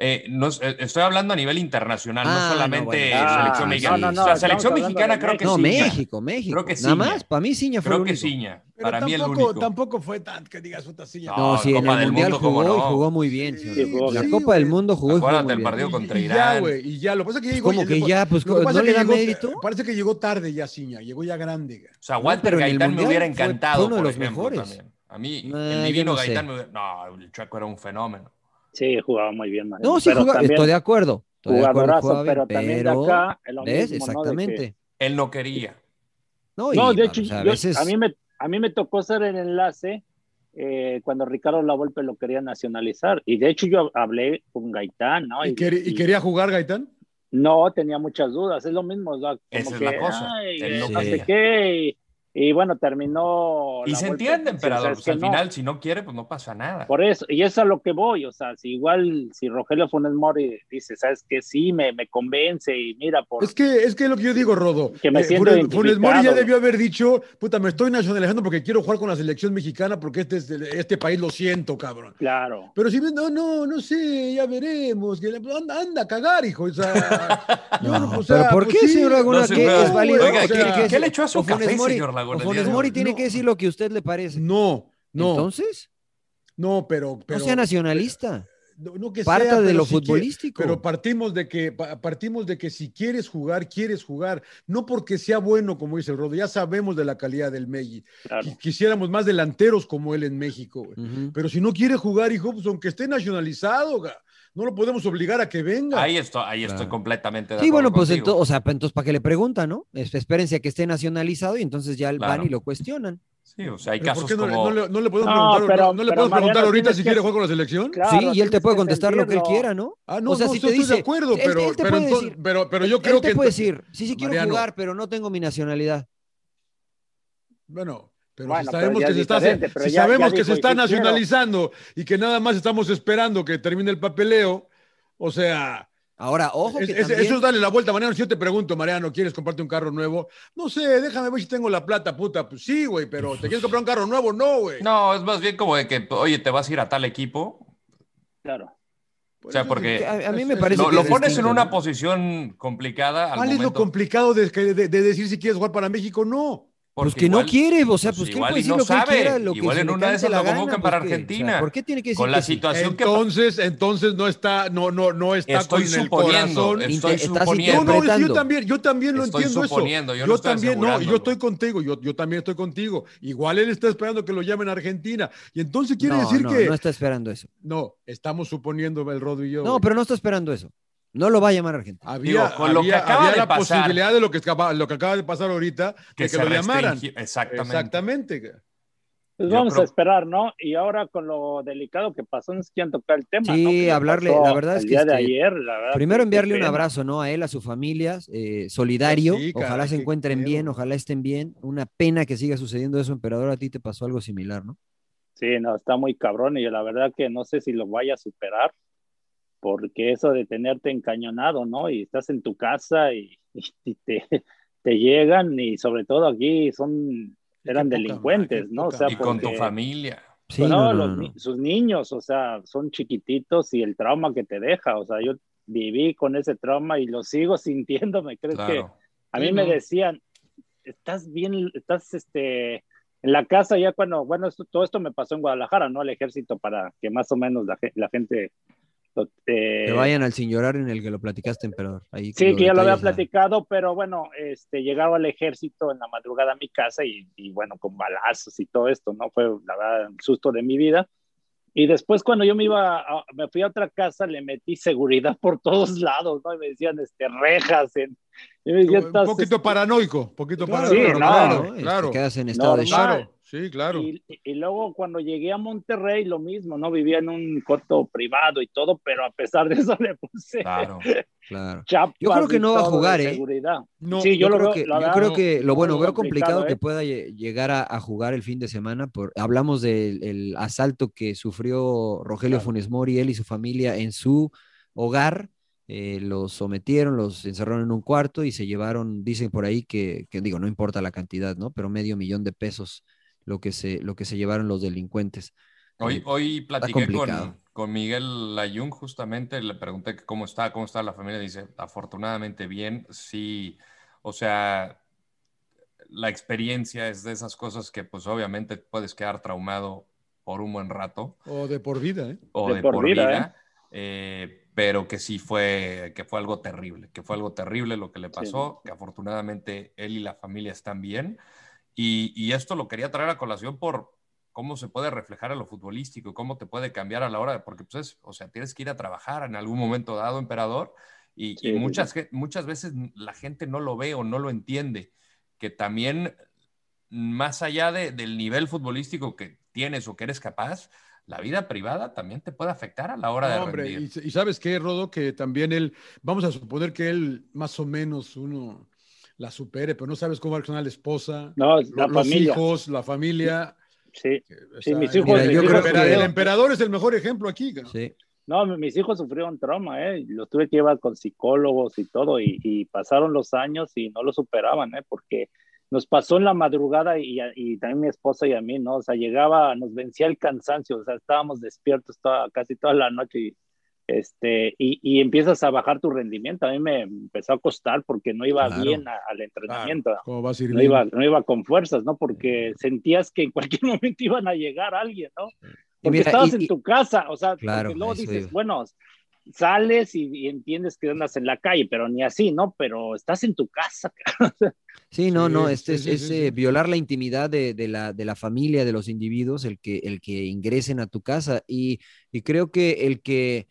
S3: eh, no es- eh, estoy hablando a nivel internacional,
S10: Ah,
S3: no solamente
S10: bueno. Ah,
S3: selección
S10: sí,
S3: mexicana.
S10: sí, sí.
S3: o sea, selección mexicana creo que
S10: No,
S3: sí.
S10: México, México.
S3: Creo que
S10: Nada
S3: Ciña.
S10: más, para mí Ciña fue
S3: Creo
S10: el
S3: que
S10: único.
S3: Ciña.
S13: Pero
S3: Para mí el
S13: tampoco,
S3: único.
S13: tampoco fue tan que digas puta silla.
S10: No, sí, en
S3: Copa
S10: el
S3: del
S10: Mundial
S3: Mundo, ¿cómo
S10: jugó y
S3: no?
S10: jugó muy bien.
S3: Sí,
S10: señor.
S3: jugó
S10: la
S3: bien.
S10: Copa del Mundo jugó y jugó
S3: Acuérdate
S10: muy
S3: el
S10: bien.
S3: partido contra
S13: Y
S3: Irán.
S13: ya, güey, y ya. Lo que pasa es que ya llegó.
S10: Como que
S13: llegó-
S10: ya, pues,
S13: lo que pasa
S10: ¿no
S13: es
S10: le
S13: que
S10: da
S13: llegó-
S9: eh,
S10: mérito?
S13: Parece que llegó tarde ya, Ciña. Llegó ya grande.
S3: O sea,
S10: No,
S3: Walter
S10: pero en el
S3: Gaitán me
S10: Mundial
S3: hubiera
S10: fue- fue
S3: encantado.
S10: uno de
S3: por
S10: los
S3: ejemplo,
S10: mejores.
S3: también. A mí,
S10: Ah, yo
S3: el divino
S10: no sé.
S3: Gaitán me hubiera. No, el Chaco era un fenómeno.
S11: Sí, jugaba muy bien. Mariano,
S10: No, sí,
S11: pero
S10: jugaba-
S11: también-
S10: estoy de acuerdo. Estoy de acuerdo,
S11: jugadorazo,
S10: jugaba bien,
S11: pero también de acá, lo mismo, ¿no?
S10: ¿ves?
S11: De que-
S10: Exactamente.
S3: Él no quería.
S10: No, y,
S11: No, de
S10: o
S11: hecho,
S10: sea, a
S11: yo-
S10: veces
S11: a, mí me, a mí me tocó ser el enlace eh, cuando Ricardo Lavolpe lo quería nacionalizar. Y de hecho yo hablé con Gaitán, ¿no?
S9: ¿Y, queri- y quería jugar, Gaitán?
S11: No, tenía muchas dudas. Es lo mismo. o sea, como
S3: Esa es
S11: que,
S3: la cosa.
S11: ay, eh,
S3: Él no
S11: no sé
S3: quería.
S11: qué. Y, y bueno, terminó...
S3: Y se
S11: Lavolpe
S3: entiende,
S11: diciendo,
S3: emperador.
S11: "Sabes
S3: pues, al
S11: qué, no".
S3: final, si no quiere, pues no pasa nada.
S11: Por eso, y eso es a lo que voy, o sea, si igual, si Rogelio Funes Mori dice, sabes que sí, me, me convence y mira, por...
S9: Es que es que es lo que yo digo, Rodo. Eh,
S11: Que me siento
S9: Funes, Funes Mori ya
S11: identificado.
S9: debió haber dicho, puta, me estoy nacionalizando porque quiero jugar con la selección mexicana porque este, es el- este país lo siento, cabrón.
S11: Claro.
S9: Pero si ves, no, no, no sé, ya veremos. que la- Anda, anda a cagar, hijo.
S10: (laughs)
S9: O sea,
S10: No,
S9: o sea,
S10: pero ¿por
S9: pues
S10: qué,
S9: sí.
S10: señor Laguna,
S9: No,
S10: que
S9: señor,
S10: es válido?
S9: oiga,
S10: O
S9: ¿qué-
S10: sea,
S9: qué
S3: le echó a su
S10: o Funes
S3: café,
S10: Mori-
S3: señor
S10: o
S3: Laguna, el
S10: Funes
S3: día de hoy?
S10: Mori tiene que decir lo que a usted le parece.
S9: No, no.
S10: Entonces,
S9: No, pero, pero
S10: no sea nacionalista.
S9: no, no que
S10: Parta
S9: sea,
S10: de
S9: pero
S10: lo
S9: si quie-
S10: futbolístico.
S9: pero partimos de que pa- partimos de que si quieres jugar, quieres jugar, no porque sea bueno como dice el Rodo, ya sabemos de la calidad del Meji.
S11: Claro.
S9: Quisiéramos más delanteros como él en México, güey. Pero si no quiere jugar, hijo, pues aunque esté nacionalizado, ga, no lo podemos obligar a que venga.
S3: Ahí estoy, ahí estoy completamente de
S10: Sí,
S3: acuerdo
S10: bueno, pues
S3: contigo.
S10: entonces, o sea, pues, entonces para qué le preguntan, ¿no? Es- Espérense a que esté nacionalizado y entonces ya
S3: Claro.
S10: van y lo cuestionan.
S3: Sí, o sea, hay
S9: ¿Pero por
S3: casos
S9: qué no, le-
S3: como...
S9: no le, no le podemos
S10: No,
S9: preguntar,
S10: pero-
S9: no- no le
S10: pero
S9: podemos preguntar
S10: Mariano,
S9: ahorita
S10: tienes
S9: si
S10: que-
S9: quiere jugar con la selección?
S10: sí, y él te puede contestar lo que él quiera, ¿no?
S9: Ah, no,
S10: o sea,
S9: no,
S10: si
S9: estoy
S10: te dice,
S9: de acuerdo,
S10: él-
S9: pero,
S10: él te
S9: pero,
S10: puede
S9: entonces-
S10: decir,
S9: pero, pero yo
S10: él
S9: creo
S10: te
S9: que.
S10: puede
S9: entonces-
S10: decir, sí, sí quiero
S9: Mariano,
S10: jugar, pero no tengo mi nacionalidad.
S9: Bueno, pero
S10: Bueno,
S9: si
S10: pero
S9: sabemos
S10: ya
S9: que
S10: es
S9: se está,
S10: diferente, pero
S9: si
S10: ya-
S9: sabemos
S10: ya
S9: que
S10: dijo,
S9: se está
S10: "Sí quiero".
S9: nacionalizando y que nada más estamos esperando que termine el papeleo, o sea.
S10: Ahora, ojo
S9: es-
S10: que
S9: es-
S10: también-
S9: Eso es darle la vuelta, Mariano. Si yo te pregunto, Mariano, ¿quieres comprarte un carro nuevo? No sé, déjame ver si tengo la plata, puta. Pues sí, güey, pero ¿te quieres comprar un carro nuevo? No, güey.
S3: No, es más bien como de que, oye, te vas a ir a tal equipo.
S11: Claro.
S3: O sea, porque
S10: A- a mí me parece
S3: lo,
S10: que
S3: lo
S10: es
S3: pones en
S10: distinto,
S3: una
S10: ¿no?
S3: posición complicada al
S9: ¿Cuál es lo
S3: momento.
S9: complicado de, de- de decir si quieres jugar para México? No.
S10: Pues que no quiere, o sea, pues que él
S3: igual
S10: puede
S3: y
S10: decir
S3: no
S10: lo que él
S3: sabe,
S10: quiera, lo que
S3: igual
S10: se
S3: en
S10: le
S3: una de
S10: cante
S3: esas
S10: la
S3: lo
S10: gana,
S3: convocan para
S10: ¿por qué? O sea,
S3: Argentina.
S10: ¿Por qué tiene que decir
S3: Con la
S10: que sí?
S3: situación que
S9: Entonces, entonces no está, no, no, no está
S3: Estoy
S9: con el
S3: suponiendo,
S9: corazón.
S3: estoy Estás
S9: No, no, es que
S3: interpretando.
S9: yo también, yo también lo
S3: Estoy
S9: entiendo
S3: suponiendo,
S9: eso.
S3: yo no estoy
S9: también, no,
S3: asegurándolo.
S9: yo estoy contigo, yo, yo también estoy contigo. Igual él está esperando que lo llamen a Argentina. Y entonces quiere
S10: no,
S9: decir
S10: no,
S9: que.
S10: no está esperando eso.
S9: No, estamos suponiendo el Rodo y yo.
S10: No, pero no está esperando eso. No lo va a llamar Argentina.
S9: Había,
S3: con lo que
S9: había-
S3: acaba
S9: había
S3: de
S9: la
S3: pasar.
S9: posibilidad de lo que, acaba, lo que acaba de pasar ahorita,
S3: Que
S9: de que
S3: se
S9: lo llamaran.
S3: restringi- exactamente.
S9: Exactamente.
S11: Pues
S3: Yo
S11: vamos
S3: creo-
S11: a esperar, ¿no? Y ahora con lo delicado que pasó, no sé quién tocar el tema.
S10: Sí,
S11: ¿no? Que le
S10: hablarle,
S11: pasó
S10: la verdad es
S11: el
S10: que
S11: día de
S10: este,
S11: ayer, la
S9: Ah,
S11: verdad,
S10: Primero
S11: qué- qué
S10: enviarle un
S11: pena.
S10: abrazo, ¿no? A él, a sus familias, eh, solidario.
S9: Pues sí, caray,
S10: ojalá se
S9: qué
S10: encuentren
S9: miedo.
S10: bien, ojalá estén bien. Una pena que siga sucediendo eso, emperador. A ti te pasó algo similar, ¿no?
S11: Sí, no, está muy cabrón y la verdad que no sé si lo vaya a superar, porque eso de tenerte encañonado, ¿no? Y estás en tu casa y, (laughs) y te, te llegan y sobre todo aquí son, eran delincuentes, ¿no? O sea,
S3: y con tu
S11: porque-
S3: familia.
S11: no, los ni- sus niños, o sea, son chiquititos y el trauma que te deja, o sea, yo viví con ese trauma y lo sigo (laughs) sintiendo, ¿me crees
S3: Claro.
S11: que? A mí
S3: Sí,
S11: me
S3: no.
S11: decían, estás bien, estás este, en la casa ya cuando, bueno, esto- todo esto me pasó en Guadalajara, ¿no? Al ejército para que más o menos la, ge- la gente... lo- eh,
S10: que vayan al sin llorar en el que lo platicaste, emperador. Ahí
S11: Sí,
S10: con
S11: que ya lo había
S10: detalles, la-
S11: platicado, pero bueno, este, llegaba el ejército en la madrugada a mi casa y, y bueno, con balazos y todo esto, ¿no? Fue la verdad un susto de mi vida. Y después cuando yo me iba, a- me fui a otra casa, le metí seguridad por todos lados, ¿no? Y me decían, este, rejas. En, y me decían,
S9: Un
S11: "Estás, este,
S9: poquito paranoico, poquito
S11: Claro,
S9: paranoico.
S11: sí,
S9: claro,
S11: no,
S9: claro,
S11: este,
S9: claro.
S10: quedas en estado de shock.
S9: Claro, sí, claro.
S11: y, y luego cuando llegué a Monterrey, lo mismo, ¿no? Vivía en un coto privado y todo, pero a pesar de eso le puse
S3: Claro.
S10: Claro.
S11: chapas
S10: Ah. Yo creo que
S11: y
S10: no va a
S11: todo de
S10: jugar, ¿eh?
S11: seguridad.
S9: No,
S11: sí, yo,
S10: yo,
S11: lo
S10: creo
S11: veo,
S10: que,
S11: la
S10: yo
S11: verdad,
S10: creo que lo bueno,
S11: muy
S10: veo complicado que
S11: ¿eh?
S10: pueda lle- llegar a, a jugar el fin de semana. Por, hablamos del el asalto que sufrió Rogelio Funes Mori, él y su familia en su hogar. eh, los sometieron, los encerraron en un cuarto y se llevaron, dicen por ahí que, que digo, no importa la cantidad, ¿no? Pero medio millón de pesos lo que se, lo que se llevaron los delincuentes.
S3: Hoy,
S10: Eh,
S3: hoy
S10: está
S3: platiqué
S10: complicado.
S3: con, con Miguel Layún, justamente, le pregunté que cómo está, cómo está la familia. Dice, afortunadamente bien, sí. O sea, la experiencia es de esas cosas que pues obviamente puedes quedar traumado por un buen rato
S9: O de por vida, ¿eh?
S3: o de, por, vida, eh, pero que sí fue, que fue algo terrible, que fue algo terrible lo que le pasó, que afortunadamente él y la familia están bien. Y, y esto lo quería traer a colación por cómo se puede reflejar a lo futbolístico, cómo te puede cambiar a la hora, de- porque pues es, o sea, tienes que ir a trabajar en algún momento dado, emperador, y, y
S11: sí, sí.
S3: muchas, ge- muchas veces la gente no lo ve o no lo entiende, que también más allá de- del nivel futbolístico que tienes o que eres capaz, la vida privada también te puede afectar a la hora de
S9: No, hombre,
S3: rendir.
S9: y, y sabes qué, Rodo, que también él, vamos a suponer que él más o menos uno la supere, pero no sabes cómo va a reaccionar la esposa,
S11: No,
S9: lo-
S11: la
S9: los
S11: familia.
S9: hijos, la familia. Eh,
S11: Sí,
S9: O
S11: sí,
S9: sea,
S11: mis
S9: el-
S11: hijos.
S9: el,
S11: mis hijos
S9: empera- el
S11: sufrieron-
S9: emperador es el mejor ejemplo aquí. ¿no?
S10: Eh, Sí.
S11: No, mis hijos sufrieron trauma, ¿eh? Los tuve que llevar con psicólogos y todo, y, y pasaron los años y no lo superaban, ¿eh? Porque nos pasó en la madrugada y, a- y también mi esposa y a mí, ¿no? O sea, llegaba, nos vencía el cansancio, o sea, estábamos despiertos toda- casi toda la noche y, este, y, y empiezas a bajar tu rendimiento. A mí me empezó a costar porque no iba
S9: Claro.
S11: bien a- al entrenamiento.
S9: ¿Cómo va a
S11: No
S9: servir?
S11: iba, no iba con fuerzas, ¿no? Porque sentías que en cualquier (laughs) momento iban a llegar alguien, ¿no? Porque
S10: mira,
S11: estabas
S10: y-
S11: en
S10: y-
S11: tu casa, o sea, porque
S10: Claro,
S11: luego
S10: eso
S11: dices,
S10: iba.
S11: bueno, sales y, y entiendes que andas en la calle, pero ni así, ¿no? Pero estás en tu casa.
S10: Sí, no, no,
S11: Sí, sí,
S10: este es,
S11: sí,
S10: es,
S11: sí,
S10: eh, violar la intimidad de, de la, de la familia, de los individuos, el que, el que ingresen a tu casa. Y, y creo que el que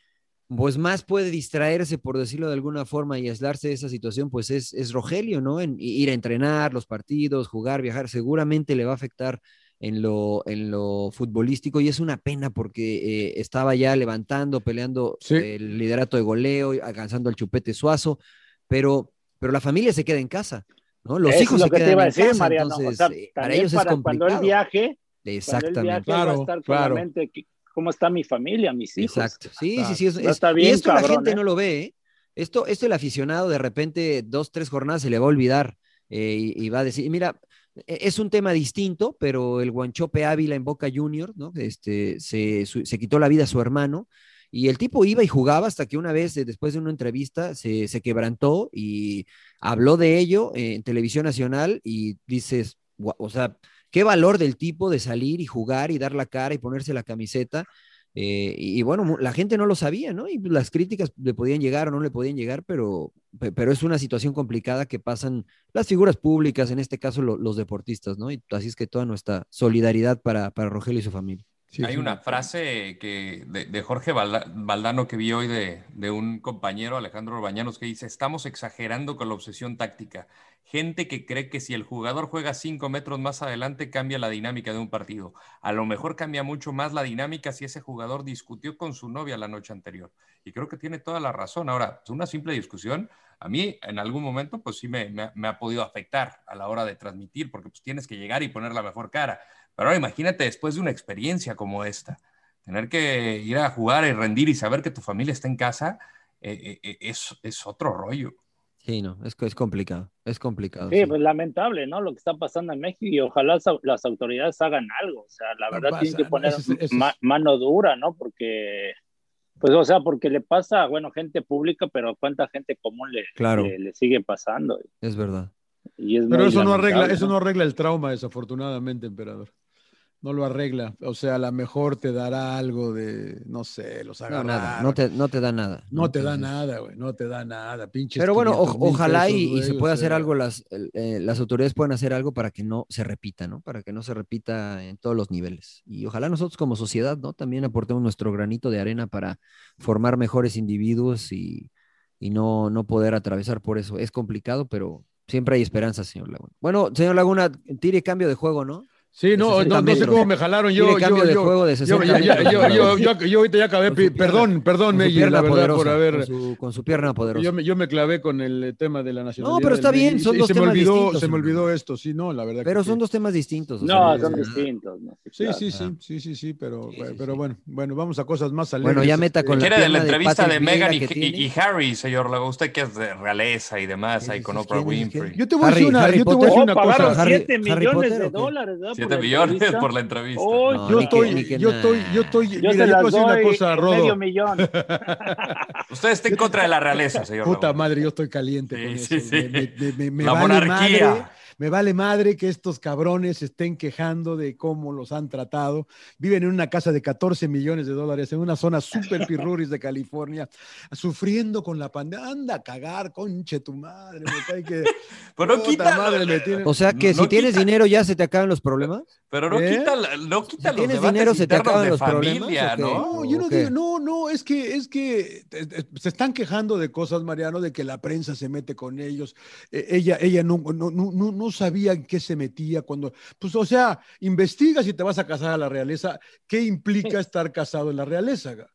S10: pues más puede distraerse, por decirlo de alguna forma, y aislarse de esa situación, pues es, es Rogelio, ¿no? En i- ir a entrenar, los partidos, jugar, viajar, seguramente le va a afectar en lo, en lo futbolístico y es una pena porque eh, estaba ya levantando, peleando el liderato de goleo, y alcanzando el chupete suazo, pero, pero la familia se queda en casa. ¿no? Los
S11: Eso es
S10: hijos
S11: lo
S10: se
S11: que te
S10: quedan
S11: iba a
S10: en
S11: decir,
S10: casa,
S11: Mariano. O
S10: entonces
S11: sea,
S10: eh, para
S11: también
S10: ellos es
S11: para cuando
S10: complicado.
S11: él viaje, Cuando él viaje,
S10: Exactamente.
S11: va a estar con la mente, ¿qué- ¿cómo está mi familia, mis hijos?
S10: Exacto. Sí, sí, sí. Es,
S11: Va a
S10: es-
S11: estar
S10: y
S11: bien
S10: esto la
S11: cabrón,
S10: gente
S11: ¿eh?
S10: no lo ve. ¿eh? Esto, esto el aficionado de repente dos, tres jornadas se le va a olvidar eh, y, y va a decir, y mira, e- es un tema distinto, pero el Guanchope Ávila en Boca Junior, ¿no? Este, se, su- se quitó la vida a su hermano. Y el tipo iba y jugaba hasta que una vez, eh, después de una entrevista, se, se quebrantó y habló de ello en Televisión Nacional y dices, gua- o sea, qué valor del tipo de salir y jugar y dar la cara y ponerse la camiseta. Eh, y, y bueno, mu- la gente no lo sabía, ¿no? Y pues, las críticas le podían llegar o no le podían llegar, pero, pe- pero es una situación complicada que pasan las figuras públicas, en este caso lo- los deportistas, ¿no? Y así es que toda nuestra solidaridad para, para Rogelio y su familia.
S3: Hay una frase que de, de Jorge Valda- Valdano que vi hoy de, de un compañero, Alejandro Bañanos, que dice, estamos exagerando con la obsesión táctica. Gente que cree que si el jugador juega cinco metros más adelante cambia la dinámica de un partido. A lo mejor cambia mucho más la dinámica si ese jugador discutió con su novia la noche anterior. Y creo que tiene toda la razón. Ahora, es una simple discusión. A mí en algún momento pues sí me, me ha- me ha podido afectar a la hora de transmitir porque pues tienes que llegar y poner la mejor cara. Pero ahora imagínate después de una experiencia como esta, tener que ir a jugar y rendir y saber que tu familia está en casa, eh, eh, eh, es, es otro rollo.
S10: Sí, no, es, es complicado, es complicado.
S11: Sí, pues lamentable, ¿no? Lo que está pasando en México y ojalá sa- las autoridades hagan algo. O sea, la
S9: No
S11: verdad
S9: pasa,
S11: tienen que
S9: ¿no?
S11: poner
S9: Ese es- ese es-
S11: ma- mano dura, ¿no? Porque, pues, o sea, porque le pasa, bueno, gente pública, pero cuánta gente común le,
S10: Claro.
S11: le, le sigue pasando.
S10: Es verdad.
S11: Y es
S9: Pero
S11: muy
S9: eso no arregla,
S11: lamentable,
S9: eso no arregla el trauma, desafortunadamente, emperador. No lo arregla. O sea, a lo mejor te dará algo de, no sé, los
S10: No,
S9: agarraron.
S10: nada, no te, no te da nada.
S9: No te da
S10: Entonces-
S9: nada, güey. No te da nada, pinches.
S10: Pero bueno, o-
S9: 500 mil
S10: ojalá y,
S9: pesos,
S10: y
S9: güey,
S10: se
S9: o
S10: pueda hacer
S9: sea,
S10: algo, las, el- eh, las autoridades puedan hacer algo para que no se repita, ¿no? Para que no se repita en todos los niveles. Y ojalá nosotros como sociedad, ¿no? También aportemos nuestro granito de arena para formar mejores individuos y, y no, no poder atravesar por eso. Es complicado, pero siempre hay esperanza, señor Laguna. Bueno, señor Laguna, tire cambio de juego, ¿no?
S9: Sí,
S10: De
S9: no,
S10: 60
S9: no, no sé
S10: metros.
S9: cómo me jalaron. Yo,
S10: Tire
S9: yo,
S10: cambio de
S9: yo-
S10: juego de
S9: yo-
S10: 60
S9: ya- ya-
S10: metros,
S9: yo-
S10: emperador.
S9: yo- yo- yo ahorita ya acabé. pi- Perdón, perdón,
S10: Con su
S9: Meji,
S10: pierna
S9: la verdad, por
S10: poderosa,
S9: haber.
S10: Con su, con su pierna poderosa.
S9: Yo me, yo me clavé con el tema de la nacionalidad.
S10: pero
S9: del
S10: está bien,
S9: Meji, y
S10: son
S9: se- y
S10: dos
S9: se me
S10: temas
S9: olvidó,
S10: distintos,
S9: Se me
S10: señor.
S9: olvidó esto, sí, no, la verdad.
S10: Pero
S9: que
S10: son
S9: sí.
S10: dos temas distintos. o
S11: No,
S10: sea,
S11: son
S10: es-
S11: distintos. ¿no?
S9: Sí,
S11: claro.
S9: sí, sí, sí, sí, sí, pero, eh, pero bueno, bueno, vamos a cosas más alegres. este,
S10: Bueno, ya meta con la
S3: Quiere de
S10: pierna
S3: la
S10: de
S3: entrevista de,
S10: Patrick Vieira
S3: Meghan y,
S10: que
S3: y-
S10: tiene.
S3: y Harry, señor Lago, usted que es de realeza y demás, ahí con Oprah Winfrey.
S9: Yo te voy a decir
S10: Harry-
S9: una,
S10: Harry
S9: yo te voy a decir
S10: Potter.
S9: una
S10: Oh, pagaron
S9: cosa.
S10: Harry-
S11: Siete
S10: Harry
S11: millones
S10: Potter,
S11: de
S10: ¿o qué?
S11: dólares, ¿verdad?
S3: Siete
S11: por la
S3: millones (laughs)
S11: entrevista.
S3: por la entrevista.
S11: Ay,
S10: No,
S9: Yo
S10: ni que-
S9: estoy,
S10: ni que
S9: yo
S10: nada.
S9: estoy, yo estoy,
S11: yo
S9: mira,
S11: se
S9: yo te voy a
S11: las
S9: decir
S11: doy
S9: una cosa,
S11: medio
S9: Rodo.
S11: millón.
S3: Usted está en contra de la realeza, señor
S9: Puta
S3: Laguna.
S9: madre, yo estoy caliente
S3: Sí,
S9: con eso.
S3: sí, sí.
S9: Me, me- me- me
S3: La
S9: vale
S3: monarquía.
S9: madre. Me vale madre que estos cabrones se estén quejando de cómo los han tratado. Viven en una casa de 14 millones de dólares, en una zona super pirruris de California, sufriendo con la pandemia. Anda a cagar, conche tu madre. Me cae que,
S3: (laughs) Pero no
S9: puta
S3: quita,
S9: madre, me tienen-
S10: O sea que
S3: No,
S10: si
S3: no
S10: tienes
S3: quita-
S10: dinero ya se te acaban los problemas.
S3: pero no
S9: ¿Eh?
S3: quita, la- no quita
S10: Si
S3: los
S10: tienes
S3: debates
S10: dinero, se te
S3: internos
S10: acaban
S3: de
S10: los problemas,
S3: familia,
S10: ¿o qué?
S3: ¿no?
S9: No, yo no
S10: ¿O qué?
S9: digo, no, no, es que, es que eh, eh, se están quejando de cosas, Mariano, de que la prensa se mete con ellos. Eh, ella ella no, no, no, no- no sabía en qué se metía cuando. Pues, o sea, investiga si te vas a casar a la realeza, ¿qué implica estar casado en la realeza? ga?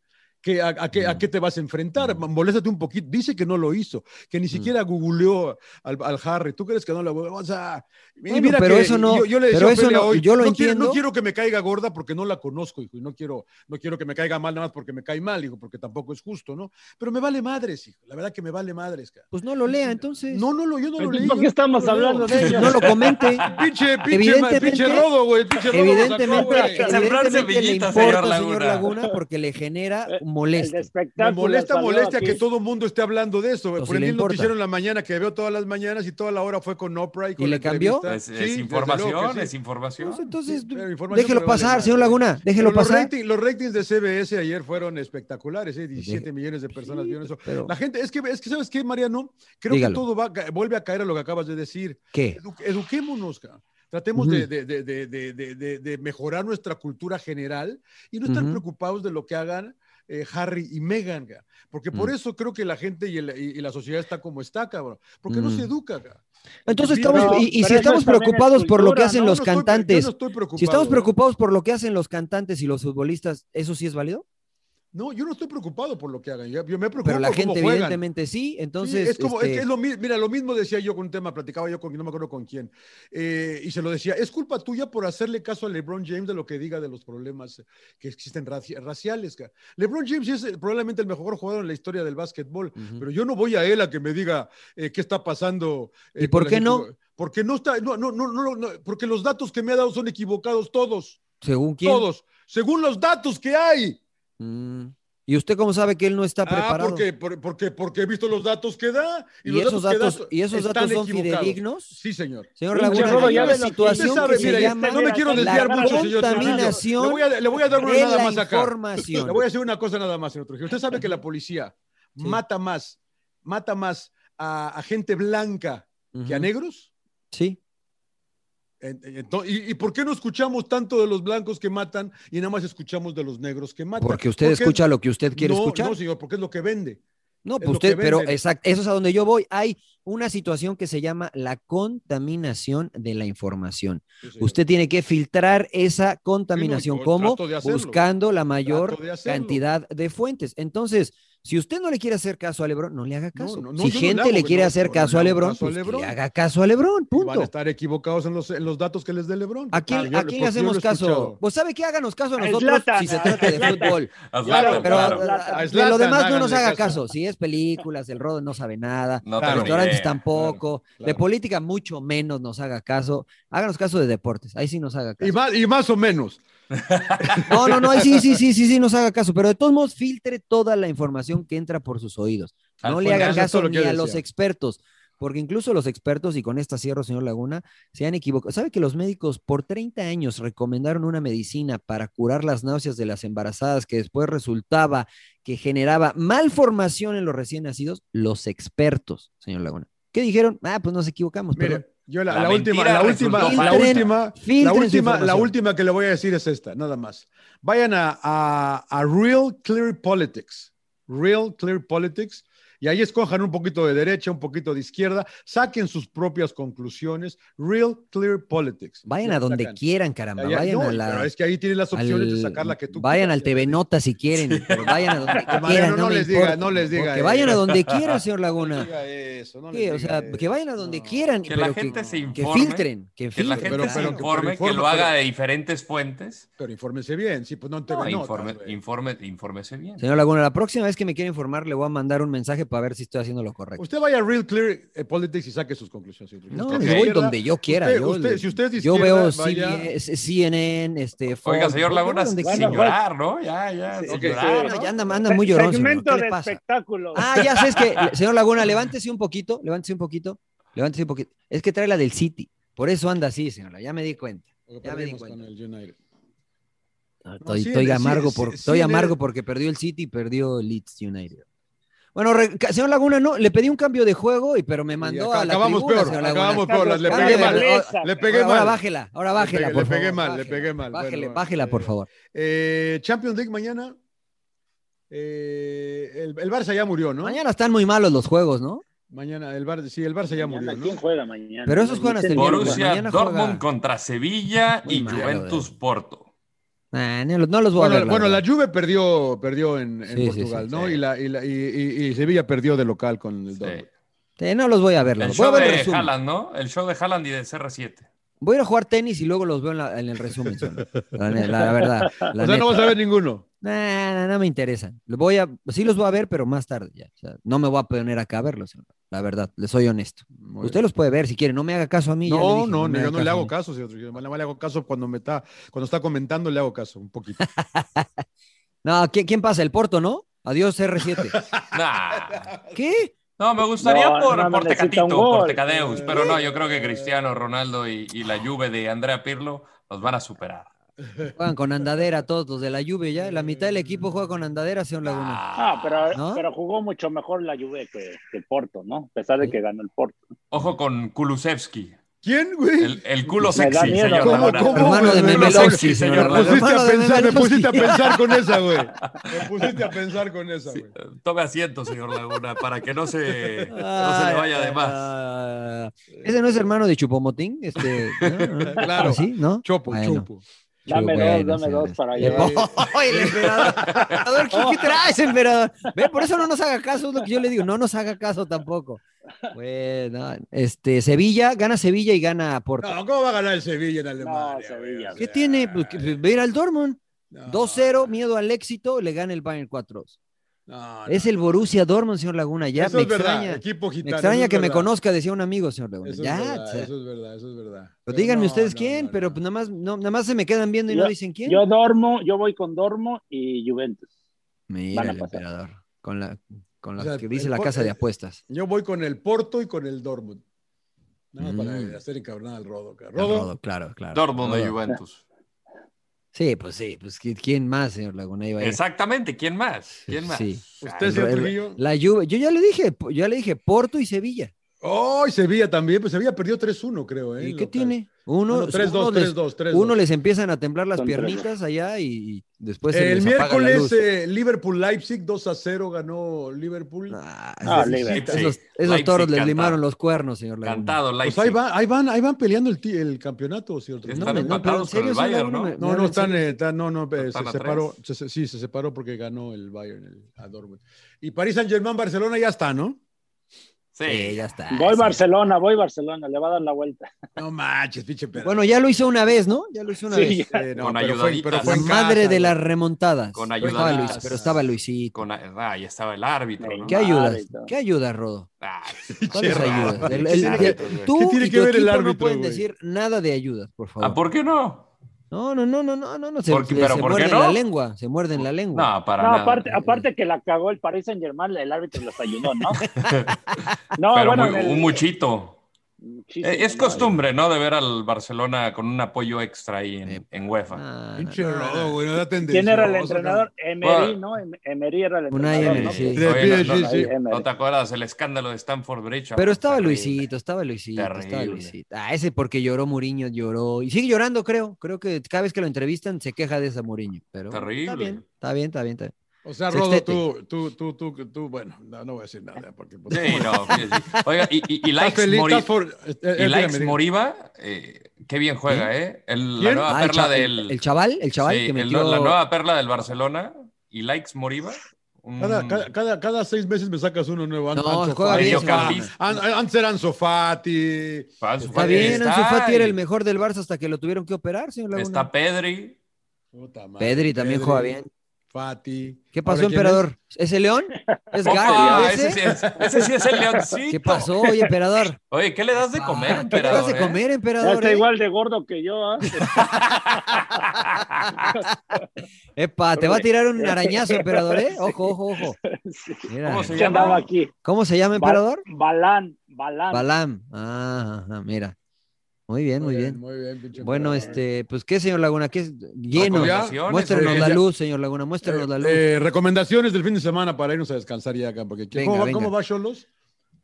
S9: ¿Qué- a, a qué, a qué te vas a enfrentar? Moléstate un poquito. Dice que no lo hizo, que ni siquiera googleó al, al Harry. ¿Tú crees que no lo googleó? O sea, y
S10: Bueno, pero eso no- pero eso
S9: Ofelia
S10: no- yo lo
S9: no quiero-
S10: entiendo.
S9: no quiero que me caiga gorda porque no la conozco, hijo, y no quiero, no quiero que me caiga mal nada más porque me cae mal, hijo, porque tampoco es justo, ¿no? Pero me vale madres, hijo, la verdad que me vale madres, cara.
S10: Pues no lo lea entonces.
S9: No, no, lo, yo no lo
S11: Entonces,
S9: leí.
S11: ¿por Pues, qué
S9: yo-
S11: estamos
S9: yo no lo
S11: hablando de ello?
S10: No lo comente.
S9: (laughs) Pinche, pinche, ma-
S10: Evidentemente-
S9: pinche rodo, güey, pinche rodo. lo sacó,
S10: Evidentemente,
S9: güey.
S3: Hay que sembrar
S10: evidentemente le
S3: semillitas,
S10: importa,
S3: señor
S10: señor Laguna.
S3: Laguna.
S10: porque le genera
S11: El
S10: molestia.
S9: Me
S11: espectáculo
S9: molesta,
S11: salió
S9: molestia
S11: aquí.
S9: que todo el mundo esté hablando de eso. güey.
S10: Pues,
S9: Por
S10: si le
S9: el
S10: importa.
S9: noticiero en la mañana que veo todas las mañanas y toda la hora fue con Oprah y con
S10: ¿Y
S9: la
S10: le cambió?
S9: entrevista.
S3: Es,
S9: Sí,
S3: es
S9: desde luego que
S3: información,
S9: sí.
S3: es información.
S10: Pues entonces,
S9: Sí, pero información
S10: déjelo
S9: me vale
S10: pasar,
S9: madre.
S10: señor Laguna, déjelo
S9: Pero los
S10: pasar.
S9: rating- los ratings de CBS ayer fueron espectaculares, ¿eh? 17 millones de personas vieron eso.
S10: pero-
S9: la gente, es que, es que ¿sabes qué, Mariano? Creo
S10: Dígalo.
S9: que todo va, a ca- vuelve a caer a lo que acabas de decir.
S10: ¿Qué?
S9: Edu- eduquémonos, ca. Tratemos
S10: Ujú.
S9: de, de- de- de- de- de- de- de mejorar nuestra cultura general y no estar
S10: Ujú.
S9: preocupados de lo que hagan eh, Harry y Meghan, ca. porque por
S10: Mm.
S9: eso creo que la gente y, el- y- y la sociedad está como está, cabrón, porque no
S10: Mm.
S9: se educa. ca.
S10: Entonces
S9: Sí,
S10: estamos,
S9: pero-
S10: y, y
S11: pero
S10: si
S11: eso
S10: estamos
S11: también es
S10: preocupados por lo que
S11: cultura,
S9: No,
S10: hacen
S9: no
S10: los
S9: estoy- yo no
S10: cantantes,
S9: estoy
S10: si estamos
S9: preocupado, ¿eh?
S10: preocupados por lo que hacen los cantantes y los futbolistas, ¿eso sí es válido?
S9: No, yo no estoy preocupado por lo que hagan. Yo, yo me preocupo
S10: Pero la
S9: por cómo
S10: gente
S9: juegan.
S10: evidentemente sí, entonces...
S9: Sí, es como, es
S10: este,
S9: que es lo mi- mira, lo mismo decía yo con un tema, platicaba yo con, no me acuerdo con quién, eh, y se lo decía, es culpa tuya por hacerle caso a LeBron James de lo que diga de los problemas que existen raci- raciales. ca. LeBron James es eh, probablemente el mejor jugador en la historia del básquetbol,
S10: Ujú.
S9: pero yo no voy a él a que me diga eh, qué está pasando. eh,
S10: ¿Y por
S9: con la
S10: qué
S9: gente.
S10: no?
S9: Porque no está, no, no, no, no, no, porque los datos que me ha dado son equivocados todos,
S10: ¿Según quién?
S9: todos, según los datos que hay.
S10: Mm, ¿Y usted cómo sabe que él no está
S9: Ah,
S10: preparado?
S9: porque, por- porque, porque he visto los datos que da. Y,
S10: ¿Y
S9: los
S10: esos
S9: que da
S10: datos- y esos
S9: están
S10: datos son
S9: equivocados.
S10: fidedignos?
S9: Sí, señor.
S10: Señor Pinche Laguna, Rodo, hay ya una ve lo que situación
S9: Usted sabe,
S10: que se
S9: mire,
S10: llama
S9: No me quiero desviar
S10: la
S9: mucho, señor Trujillo.
S10: contaminación
S9: Le voy a, le voy a dar una
S10: de
S9: nada
S10: la
S9: más acá.
S10: información.
S9: Le voy a hacer una cosa nada más, señor Trujillo. Usted sabe que la policía mata más, mata más a, a gente blanca que a negros.
S10: Sí.
S9: En- ento- ¿y, y por qué no escuchamos tanto de los blancos que matan y nada más escuchamos de los negros que matan?
S10: Porque usted escucha lo que usted quiere
S9: No,
S10: escuchar.
S9: No, señor, porque es lo que vende.
S10: No,
S9: Es
S10: pues
S9: lo que
S10: usted, pero
S9: venden.
S10: exacto, eso es a donde yo voy. Hay una situación que se llama la contaminación de la información. usted tiene que filtrar esa contaminación.
S9: yo
S10: ¿Cómo?
S9: trato de hacerlo.
S10: Buscando la mayor
S9: Trato de hacerlo.
S10: cantidad de fuentes. Entonces, si usted no le quiere hacer caso a Lebrón, no le haga caso.
S9: no, no,
S10: si
S9: yo no
S10: gente
S9: le hago,
S10: le
S9: no,
S10: quiere
S9: no,
S10: hacer
S9: no le
S10: caso, a
S9: hago
S10: Lebrón,
S9: caso a
S10: pues que
S9: Lebrón.
S10: le haga caso a Lebrón,
S9: Van a
S10: punto.
S9: estar equivocados en los, en los datos que les dé Lebron. Ah,
S10: ¿A quién,
S9: Yo-
S10: a quién le
S9: porque yo
S10: hacemos
S9: lo he
S10: caso?
S9: escuchado.
S10: Pues sabe que háganos caso a
S9: A
S10: nosotros
S9: Zlatan,
S10: si se
S9: a
S10: trata de
S9: Zlatan.
S10: fútbol.
S9: A Zlatan,
S10: pero
S9: claro.
S10: a- a-
S9: A
S10: de lo
S9: Zlatan,
S10: demás no nos
S9: háganle
S10: haga
S9: caso.
S10: caso. Si es películas, el rodo no sabe nada,
S9: No
S10: de
S9: tengo ni
S10: restaurantes
S9: idea.
S10: tampoco, de política mucho menos nos haga caso. Háganos caso de deportes, ahí sí nos haga caso.
S9: Y más, y más o menos.
S10: No, no, no, ahí sí, sí, sí, sí, sí nos haga caso, pero de todos modos filtre toda la información que entra por sus oídos. No
S9: Al
S10: le haga
S9: final, eso es
S10: caso
S9: lo que
S10: ni
S9: yo
S10: a los
S9: decía.
S10: expertos, porque incluso los expertos, y con esta cierro, señor Laguna, se han equivocado. ¿Sabe que los médicos por 30 años recomendaron una medicina para curar las náuseas de las embarazadas que después resultaba que generaba malformación en los recién nacidos? Los expertos, señor Laguna. ¿Qué dijeron? Ah, pues nos equivocamos.
S9: Mire,
S10: perdón.
S9: Yo la, la última, la última, la
S10: Filtren-
S9: última,
S10: filtren
S9: la
S10: su
S9: última, la
S10: información.
S9: última que le voy a decir es esta, nada más. Vayan a, a- a Real Clear Politics, Real Clear Politics, y ahí escojan un poquito de derecha, un poquito de izquierda, saquen sus propias conclusiones. Real Clear Politics.
S10: Vayan a donde quieran, caramba.
S9: Allá-
S10: vayan
S9: no,
S10: a la.
S9: pero es que ahí tienes las opciones de
S10: al-
S9: sacar la que tú
S10: Vayan
S9: quieras. ¿eh?
S10: al TV Nota si quieren, pero vayan a donde
S9: (laughs) Que Mariano
S10: quieran. No,
S9: no
S10: me
S9: les diga,
S10: importa,
S9: no les diga
S10: Que
S9: eso. (laughs)
S10: vayan a donde quieran, señor
S9: No
S10: Laguna.
S9: diga eso, no
S10: Sí,
S9: les
S10: o
S9: diga
S10: sea,
S9: eso.
S10: que vayan a donde quieran.
S3: Que la
S10: pero
S3: gente se
S10: que
S3: informe.
S10: filtren, que
S3: la
S10: filtren.
S3: gente
S9: Pero-
S3: se
S9: pero-
S3: informe,
S9: pero
S3: que lo
S9: informe,
S3: haga
S9: pero-
S3: de diferentes fuentes.
S9: Pero infórmense bien, sí, pues no te
S3: No,
S9: notas,
S3: informe,
S9: güey.
S3: informe, infórmese bien.
S10: Señor Laguna, la próxima vez que me quiera informar, le voy a mandar un mensaje para ver si estoy haciendo lo correcto.
S9: Usted vaya a Real Clear eh, Politics y saque sus conclusiones. señor Trujillo.
S10: No,
S9: Usted
S10: yo
S9: es de
S10: voy
S9: izquierda,
S10: donde yo quiera.
S9: usted-
S10: yo,
S9: usted- si usted es de
S10: yo
S9: izquierda,
S10: veo
S9: vaya-
S10: CBS, CNN, este,
S3: Oiga,
S10: Fox,
S3: señor
S10: yo
S3: Laguna,
S10: voy donde
S3: sin
S10: quiera.
S3: llorar, ¿no? Ya, ya, sin
S10: Ok,
S3: llorar,
S10: pues, sí,
S3: ¿no?
S10: ya anda, anda muy llorón. señor,
S11: Segmento
S10: ¿Qué le
S11: de
S10: pasa?
S11: espectáculo.
S10: Ah, ya sé, es que, le- señor Laguna, levántese un poquito, levántese un poquito, levántese un poquito. Es que trae la del City, por eso anda así, señora, ya me di cuenta.
S9: Porque
S10: Ya me di
S9: perdimos
S10: cuenta.
S9: con el United. Ah,
S10: Estoy,
S9: sí,
S10: estoy
S9: sí,
S10: amargo,
S9: sí,
S10: por-
S9: sí,
S10: estoy
S9: sí,
S10: amargo
S9: debe-
S10: porque perdió el City y perdió el Leeds United. Bueno, re- ca- señor Laguna, no, le pedí un cambio de juego, y, pero me mandó
S9: acá-
S10: a la
S9: acabamos
S10: tribuna,
S9: peor,
S10: señor Laguna.
S9: acabamos peor, las- le
S10: Cambio
S9: pegué
S10: de-
S9: mal,
S10: ahora-
S9: le pegué
S10: ahora
S9: mal.
S10: bájela, ahora
S9: Le
S10: bájela,
S9: pegué-
S10: por
S9: le pegué
S10: favor,
S9: mal, le
S10: bájela,
S9: pegué mal, bueno,
S10: Bájela,
S9: bueno,
S10: bájela, por
S9: eh,
S10: favor.
S9: Eh, Champions League mañana. Eh, el, el Barça ya murió, ¿no?
S10: Mañana están muy malos los juegos, ¿no?
S9: Mañana, el Barça, sí, el Barça ya murió, ¿no?
S11: ¿Quién juega mañana?
S10: Pero esos juegan hasta el miércoles.
S3: Borussia
S10: Mañana juega-
S3: Dortmund contra Sevilla
S10: Muy
S3: y
S10: malo, eh.
S3: Juventus Porto.
S10: Ah, no, los- no los voy a
S9: Bueno,
S10: ver. la
S9: bueno,
S10: verdad.
S9: la Juve perdió, perdió en, en
S10: Sí, sí,
S9: Portugal,
S10: sí,
S9: ¿no?
S10: sí.
S9: Y, la, y, la- y- y- y Sevilla perdió de local con el Dortmund.
S10: Sí, Eh, no los voy a ver.
S3: El
S10: los voy a
S3: show
S10: ver el
S3: de
S10: resumen.
S3: Eh, Haaland, ¿no? El show de Haaland y de CR7.
S10: Voy a ir a jugar tenis y luego los veo en, la- en el resumen. señor. La, ne- la- la verdad.
S9: (laughs)
S10: la
S9: o sea, no
S10: neta.
S9: vas a ver ninguno.
S10: Nah, nah, no me interesan. Lo Voy a, sí los voy a ver, pero más tarde ya. O sea, no me voy a poner acá a verlos. señor. La verdad, les soy honesto. Usted los puede ver si quiere. No me haga caso a mí. ya le
S9: No,
S10: dije,
S9: no,
S10: me
S9: yo
S10: haga caso
S9: no le
S10: a
S9: hago
S10: mí.
S9: caso, señor Trujillo. Nada más le hago caso cuando me está, cuando está comentando, le hago caso, un poquito.
S10: No, ¿quién, quién pasa? El Porto, ¿no? Adiós, R7.
S9: (laughs)
S3: Nah.
S10: ¿Qué?
S3: No, me gustaría
S11: No,
S3: por,
S11: no, no
S3: por
S11: necesita
S3: Tecatito,
S11: un gol. Eh.
S3: por Tecadeus, pero no, yo creo que Cristiano Ronaldo y, y la Juve de Andrea Pirlo nos van a superar.
S10: Juegan con andadera todos los de la lluvia ya. La mitad del equipo juega con andadera, señor Laguna.
S11: Ah, pero,
S10: ¿No?
S11: pero jugó mucho mejor la Juve que, que el Porto, ¿no? A pesar de que ganó el Porto.
S3: Ojo con Kulusevski.
S9: ¿Quién, güey?
S3: El, el culo
S11: Me da
S3: sexy,
S11: miedo.
S3: señor
S11: ¿Cómo,
S3: Laguna.
S9: cómo,
S10: Hermano
S9: güey?
S10: de
S9: Me
S10: Memelowski,
S3: pusiste,
S10: señor
S3: señor
S9: Me
S10: Laguna.
S9: pusiste
S10: Hermano
S9: a
S10: de
S9: pensar, me
S10: Memelowski. (laughs)
S9: pusiste a pensar con esa, güey. Me pusiste a pensar con esa, güey.
S3: Tome asiento, señor Laguna, para que no se, no se
S10: Ay,
S3: le vaya de más.
S10: ah, Ese no es hermano de Chupomotín, este, ¿no?
S9: (laughs) Claro.
S10: ¿Ah, sí? ¿No?
S9: Chopo,
S10: Bueno.
S9: chopo.
S11: Dame
S10: Bueno,
S11: dos, dame
S10: señores.
S11: dos para
S10: Le-
S11: llevar.
S10: (laughs) ¡Ay, el emperador! Emperador, ¿qué, qué traes, emperador? Ve, por eso no nos haga caso, es lo que yo le digo, no nos haga caso tampoco. Bueno, este, Sevilla, gana Sevilla y gana Porto.
S9: No, ¿cómo va a ganar el Sevilla en Alemania?
S11: No, Sevilla.
S9: güey?
S10: ¿Qué tiene? Pues, que- ve ir al Dortmund.
S9: No,
S10: 2-0, miedo al éxito, le gana el Bayern 4-2.
S9: no, no.
S10: Es el Borussia Dortmund, señor Laguna, ya
S9: Eso
S10: me
S9: es verdad,
S10: extraña.
S9: equipo
S10: me
S9: gitano, eso
S10: extraña
S9: es
S10: que me
S9: verdad.
S10: conozca, decía un amigo, señor Laguna.
S9: Eso es
S10: ya,
S9: verdad,
S10: o sea,
S9: eso es verdad, eso es verdad.
S10: Pero
S9: Pero
S10: díganme
S9: no,
S10: ustedes
S9: no,
S10: quién,
S9: no,
S10: pero
S9: no.
S10: pues nada más, no, nada más se me quedan viendo y no dicen quién.
S11: Yo Dormo, yo voy con Dormo y Juventus.
S10: Mira
S11: Van a
S10: el
S11: pasar.
S10: emperador. Con la, con la
S9: O sea,
S10: que dice
S9: el
S10: la
S9: po-
S10: casa de
S9: el-
S10: apuestas.
S9: Yo voy con el Porto y con el Dortmund. Nada más
S10: Mm.
S9: para hacer encabronada al Rodo. cara.
S10: El
S9: Rodo,
S10: Rodo, claro, claro.
S3: Dortmund de
S10: Rodo.
S3: Juventus.
S10: Sí, pues sí. Pues, ¿qui- ¿Quién más, señor Laguna? Iba a ir?
S3: Exactamente, ¿quién más? ¿Quién más?
S10: Eh, Sí.
S9: ¿Usted,
S10: El-
S9: señor
S10: el-
S9: Trujillo?
S10: La Juve. Yo ya le dije, po- yo ya le dije Porto y Sevilla.
S9: ¡Oh! y Sevilla también, pues Sevilla perdió 3-1, creo. ¿eh?
S10: ¿Y qué
S9: Local.
S10: tiene? Uno,
S9: Bueno, 3-2,
S10: uno les-
S9: 3-2, 3-2.
S10: uno les empiezan a temblar las
S9: Son tres,
S10: piernitas allá y, y después se
S9: el
S10: les apaga la luz.
S9: miércoles eh, Liverpool-Leipzig 2-0 ganó Liverpool.
S10: Ah, Esos, esos
S3: Leipzig
S10: toros les
S3: cantado.
S10: limaron los cuernos, señor Laguna.
S3: Cantado,
S9: Pues
S3: Leipzig.
S9: ahí, van, ahí, van, ahí van peleando el, ti- el campeonato, señor. Trujillo.
S3: Están
S9: No, no,
S3: empatados
S9: pero-
S3: con
S10: serio,
S3: el Bayern,
S10: señor,
S3: ¿no?
S10: me-
S9: No,
S10: Vean
S9: no,
S10: el
S9: están,
S10: seis.
S9: eh, están- no, no, eh,
S3: Están
S9: se
S3: a
S9: separó, se- se- sí, se separó porque ganó el Bayern el- a Dortmund. Y París Saint Germain, Barcelona ya está, ¿no?
S3: Sí,
S10: ya está.
S11: Voy Barcelona, voy Barcelona, le va a dar la vuelta.
S9: No manches, pinche pedo.
S10: Bueno, ya lo hizo una vez, ¿no? Ya lo hizo una
S11: Sí,
S10: vez.
S11: ya.
S9: Eh, no,
S3: Con
S9: pero fue, pero
S3: ayudaditas.
S9: fue
S10: La
S9: en
S10: madre
S9: casa,
S10: de
S9: güey.
S10: las remontadas.
S3: Con
S10: Pero estaba,
S3: ayudaditas.
S10: Luis- pero estaba Luisito.
S3: Con, ah, ya estaba el árbitro, ¿no?
S10: ¿Qué
S11: Madre,
S10: ayudas?
S11: no.
S10: ¿Qué ayudas, Rodo?
S3: Ah,
S10: ¿Cuáles
S3: Rodo.
S10: ayudas? El-
S3: ¿Qué
S10: el- de-
S3: tiene que- qué
S10: tú
S9: tiene
S10: y
S9: que
S10: tu
S9: ver el
S10: equipo
S9: árbitro,
S10: no pueden
S9: güey?
S10: decir nada de ayudas, por favor.
S11: Oh.
S3: Ah, ¿Por qué no?
S10: No, no, no, no, no, no, no se, se-
S3: Porque- pero
S10: se
S3: ¿por qué
S10: muerden
S3: no?
S10: la lengua, se muerden la lengua.
S3: No, para
S11: No,
S3: nada.
S11: aparte, aparte que la cagó el Paris Saint Germain, el árbitro los ayudó,
S3: (laughs)
S11: ¿no? No,
S3: Pero
S11: bueno,
S3: muy-
S11: en el-
S3: un muchito.
S11: muchísimo,
S3: Eh, Es
S11: ¿no?
S3: costumbre, ¿no? De ver al Barcelona con un apoyo extra ahí en,
S10: Eh,
S3: en UEFA.
S10: Ah, no,
S9: Pinche
S10: no, no,
S9: rodo, güey, no da
S11: ¿Quién era el
S9: tendencioso,
S11: entrenador? Emery, ¿no? Em- Emery era el
S10: Unai
S11: entrenador.
S10: Emery,
S11: ¿no?
S10: sí.
S9: De
S3: Oye, no,
S9: PSG,
S3: no,
S9: sí.
S11: Emery.
S3: ¿No te acuerdas el escándalo de Stanford Bridge? Ah, pues
S10: Pero estaba
S3: Terrible.
S10: Luisito, estaba Luisito, estaba
S3: Terrible.
S10: Luisito. Ah, ese porque lloró Muriño, lloró. Y sigue llorando, creo. Creo que cada vez que lo entrevistan se queja de esa Muriño. Pero Está
S3: Terrible.
S10: bien, está bien, está bien. está bien.
S9: O sea, Rodo,
S10: Sextete.
S9: tú, tú, tú, tú, tú, bueno, no, no voy a decir nada. Porque,
S3: Sí,
S10: (laughs)
S3: no. sí, sí. Oiga, y, y, y
S9: ¿Estás
S3: Laix
S9: feliz?
S3: Mori-
S9: ¿Estás for- eh, eh,
S3: y
S9: dígame,
S3: Laix
S9: dígame.
S3: Moriba, eh, qué bien juega, ¿eh? El- la
S9: ¿Quién?
S3: nueva
S10: Ah, el
S3: perla
S10: cha-
S3: del.
S10: el- el chaval, el chaval
S3: Sí,
S10: que
S3: el-
S10: metió-
S3: la nueva perla del Barcelona. Y Laix Moriba. un-
S9: Cada, cada, cada, cada seis meses me sacas uno nuevo.
S10: No,
S9: Ansu
S10: juega
S9: Fati.
S3: bien,
S9: Mediocampista. An- an- Antes era Ansu Fati.
S3: Ansu
S10: Está
S3: Fati
S10: bien, Ansu Fati era
S3: y
S10: el mejor del Barça hasta que lo tuvieron que operar, señor Laguna.
S3: Está Pedri.
S9: Puta madre,
S10: Pedri también
S9: Pedri,
S10: juega bien.
S9: Fati.
S10: ¿Qué
S9: Ahora,
S10: pasó,
S9: ¿quién es?
S10: emperador? ¿Es el león? ¿Es
S3: Opa,
S10: Gary?
S3: ese, sí es, ese sí es el leoncito.
S10: ¿Qué pasó, oye, emperador?
S3: Oye, ¿qué le das de comer,
S10: ¿Qué (laughs) te
S3: emperador?
S10: vas de
S3: eh?
S10: comer,
S11: Ya
S10: emperador?
S11: está
S10: eh?
S11: igual de gordo que yo. ¿ah?
S10: Epa, te va a tirar un arañazo, emperador, ¿eh? Ojo, ojo,
S11: (laughs)
S10: ojo. Mira,
S3: ¿Cómo
S10: ¿Cómo,
S3: se
S10: se...
S11: ¿Qué andaba aquí?
S10: llama, emperador?
S11: Balán, Balán.
S10: Balam. Ah, ajá, mira. Muy bien, muy bien.
S9: Muy bien, pinche
S10: Bueno,
S9: emperador.
S10: este, pues qué, señor Laguna, qué es lleno.
S3: Recomendaciones,
S10: Muéstrenos
S9: eh,
S10: la
S9: ya.
S10: luz, señor Laguna, muéstrenos la luz.
S9: Eh, recomendaciones del fin de semana para irnos a descansar ya acá. Porque,
S10: Venga,
S9: ¿cómo, va-
S10: venga.
S9: ¿Cómo va Cholos?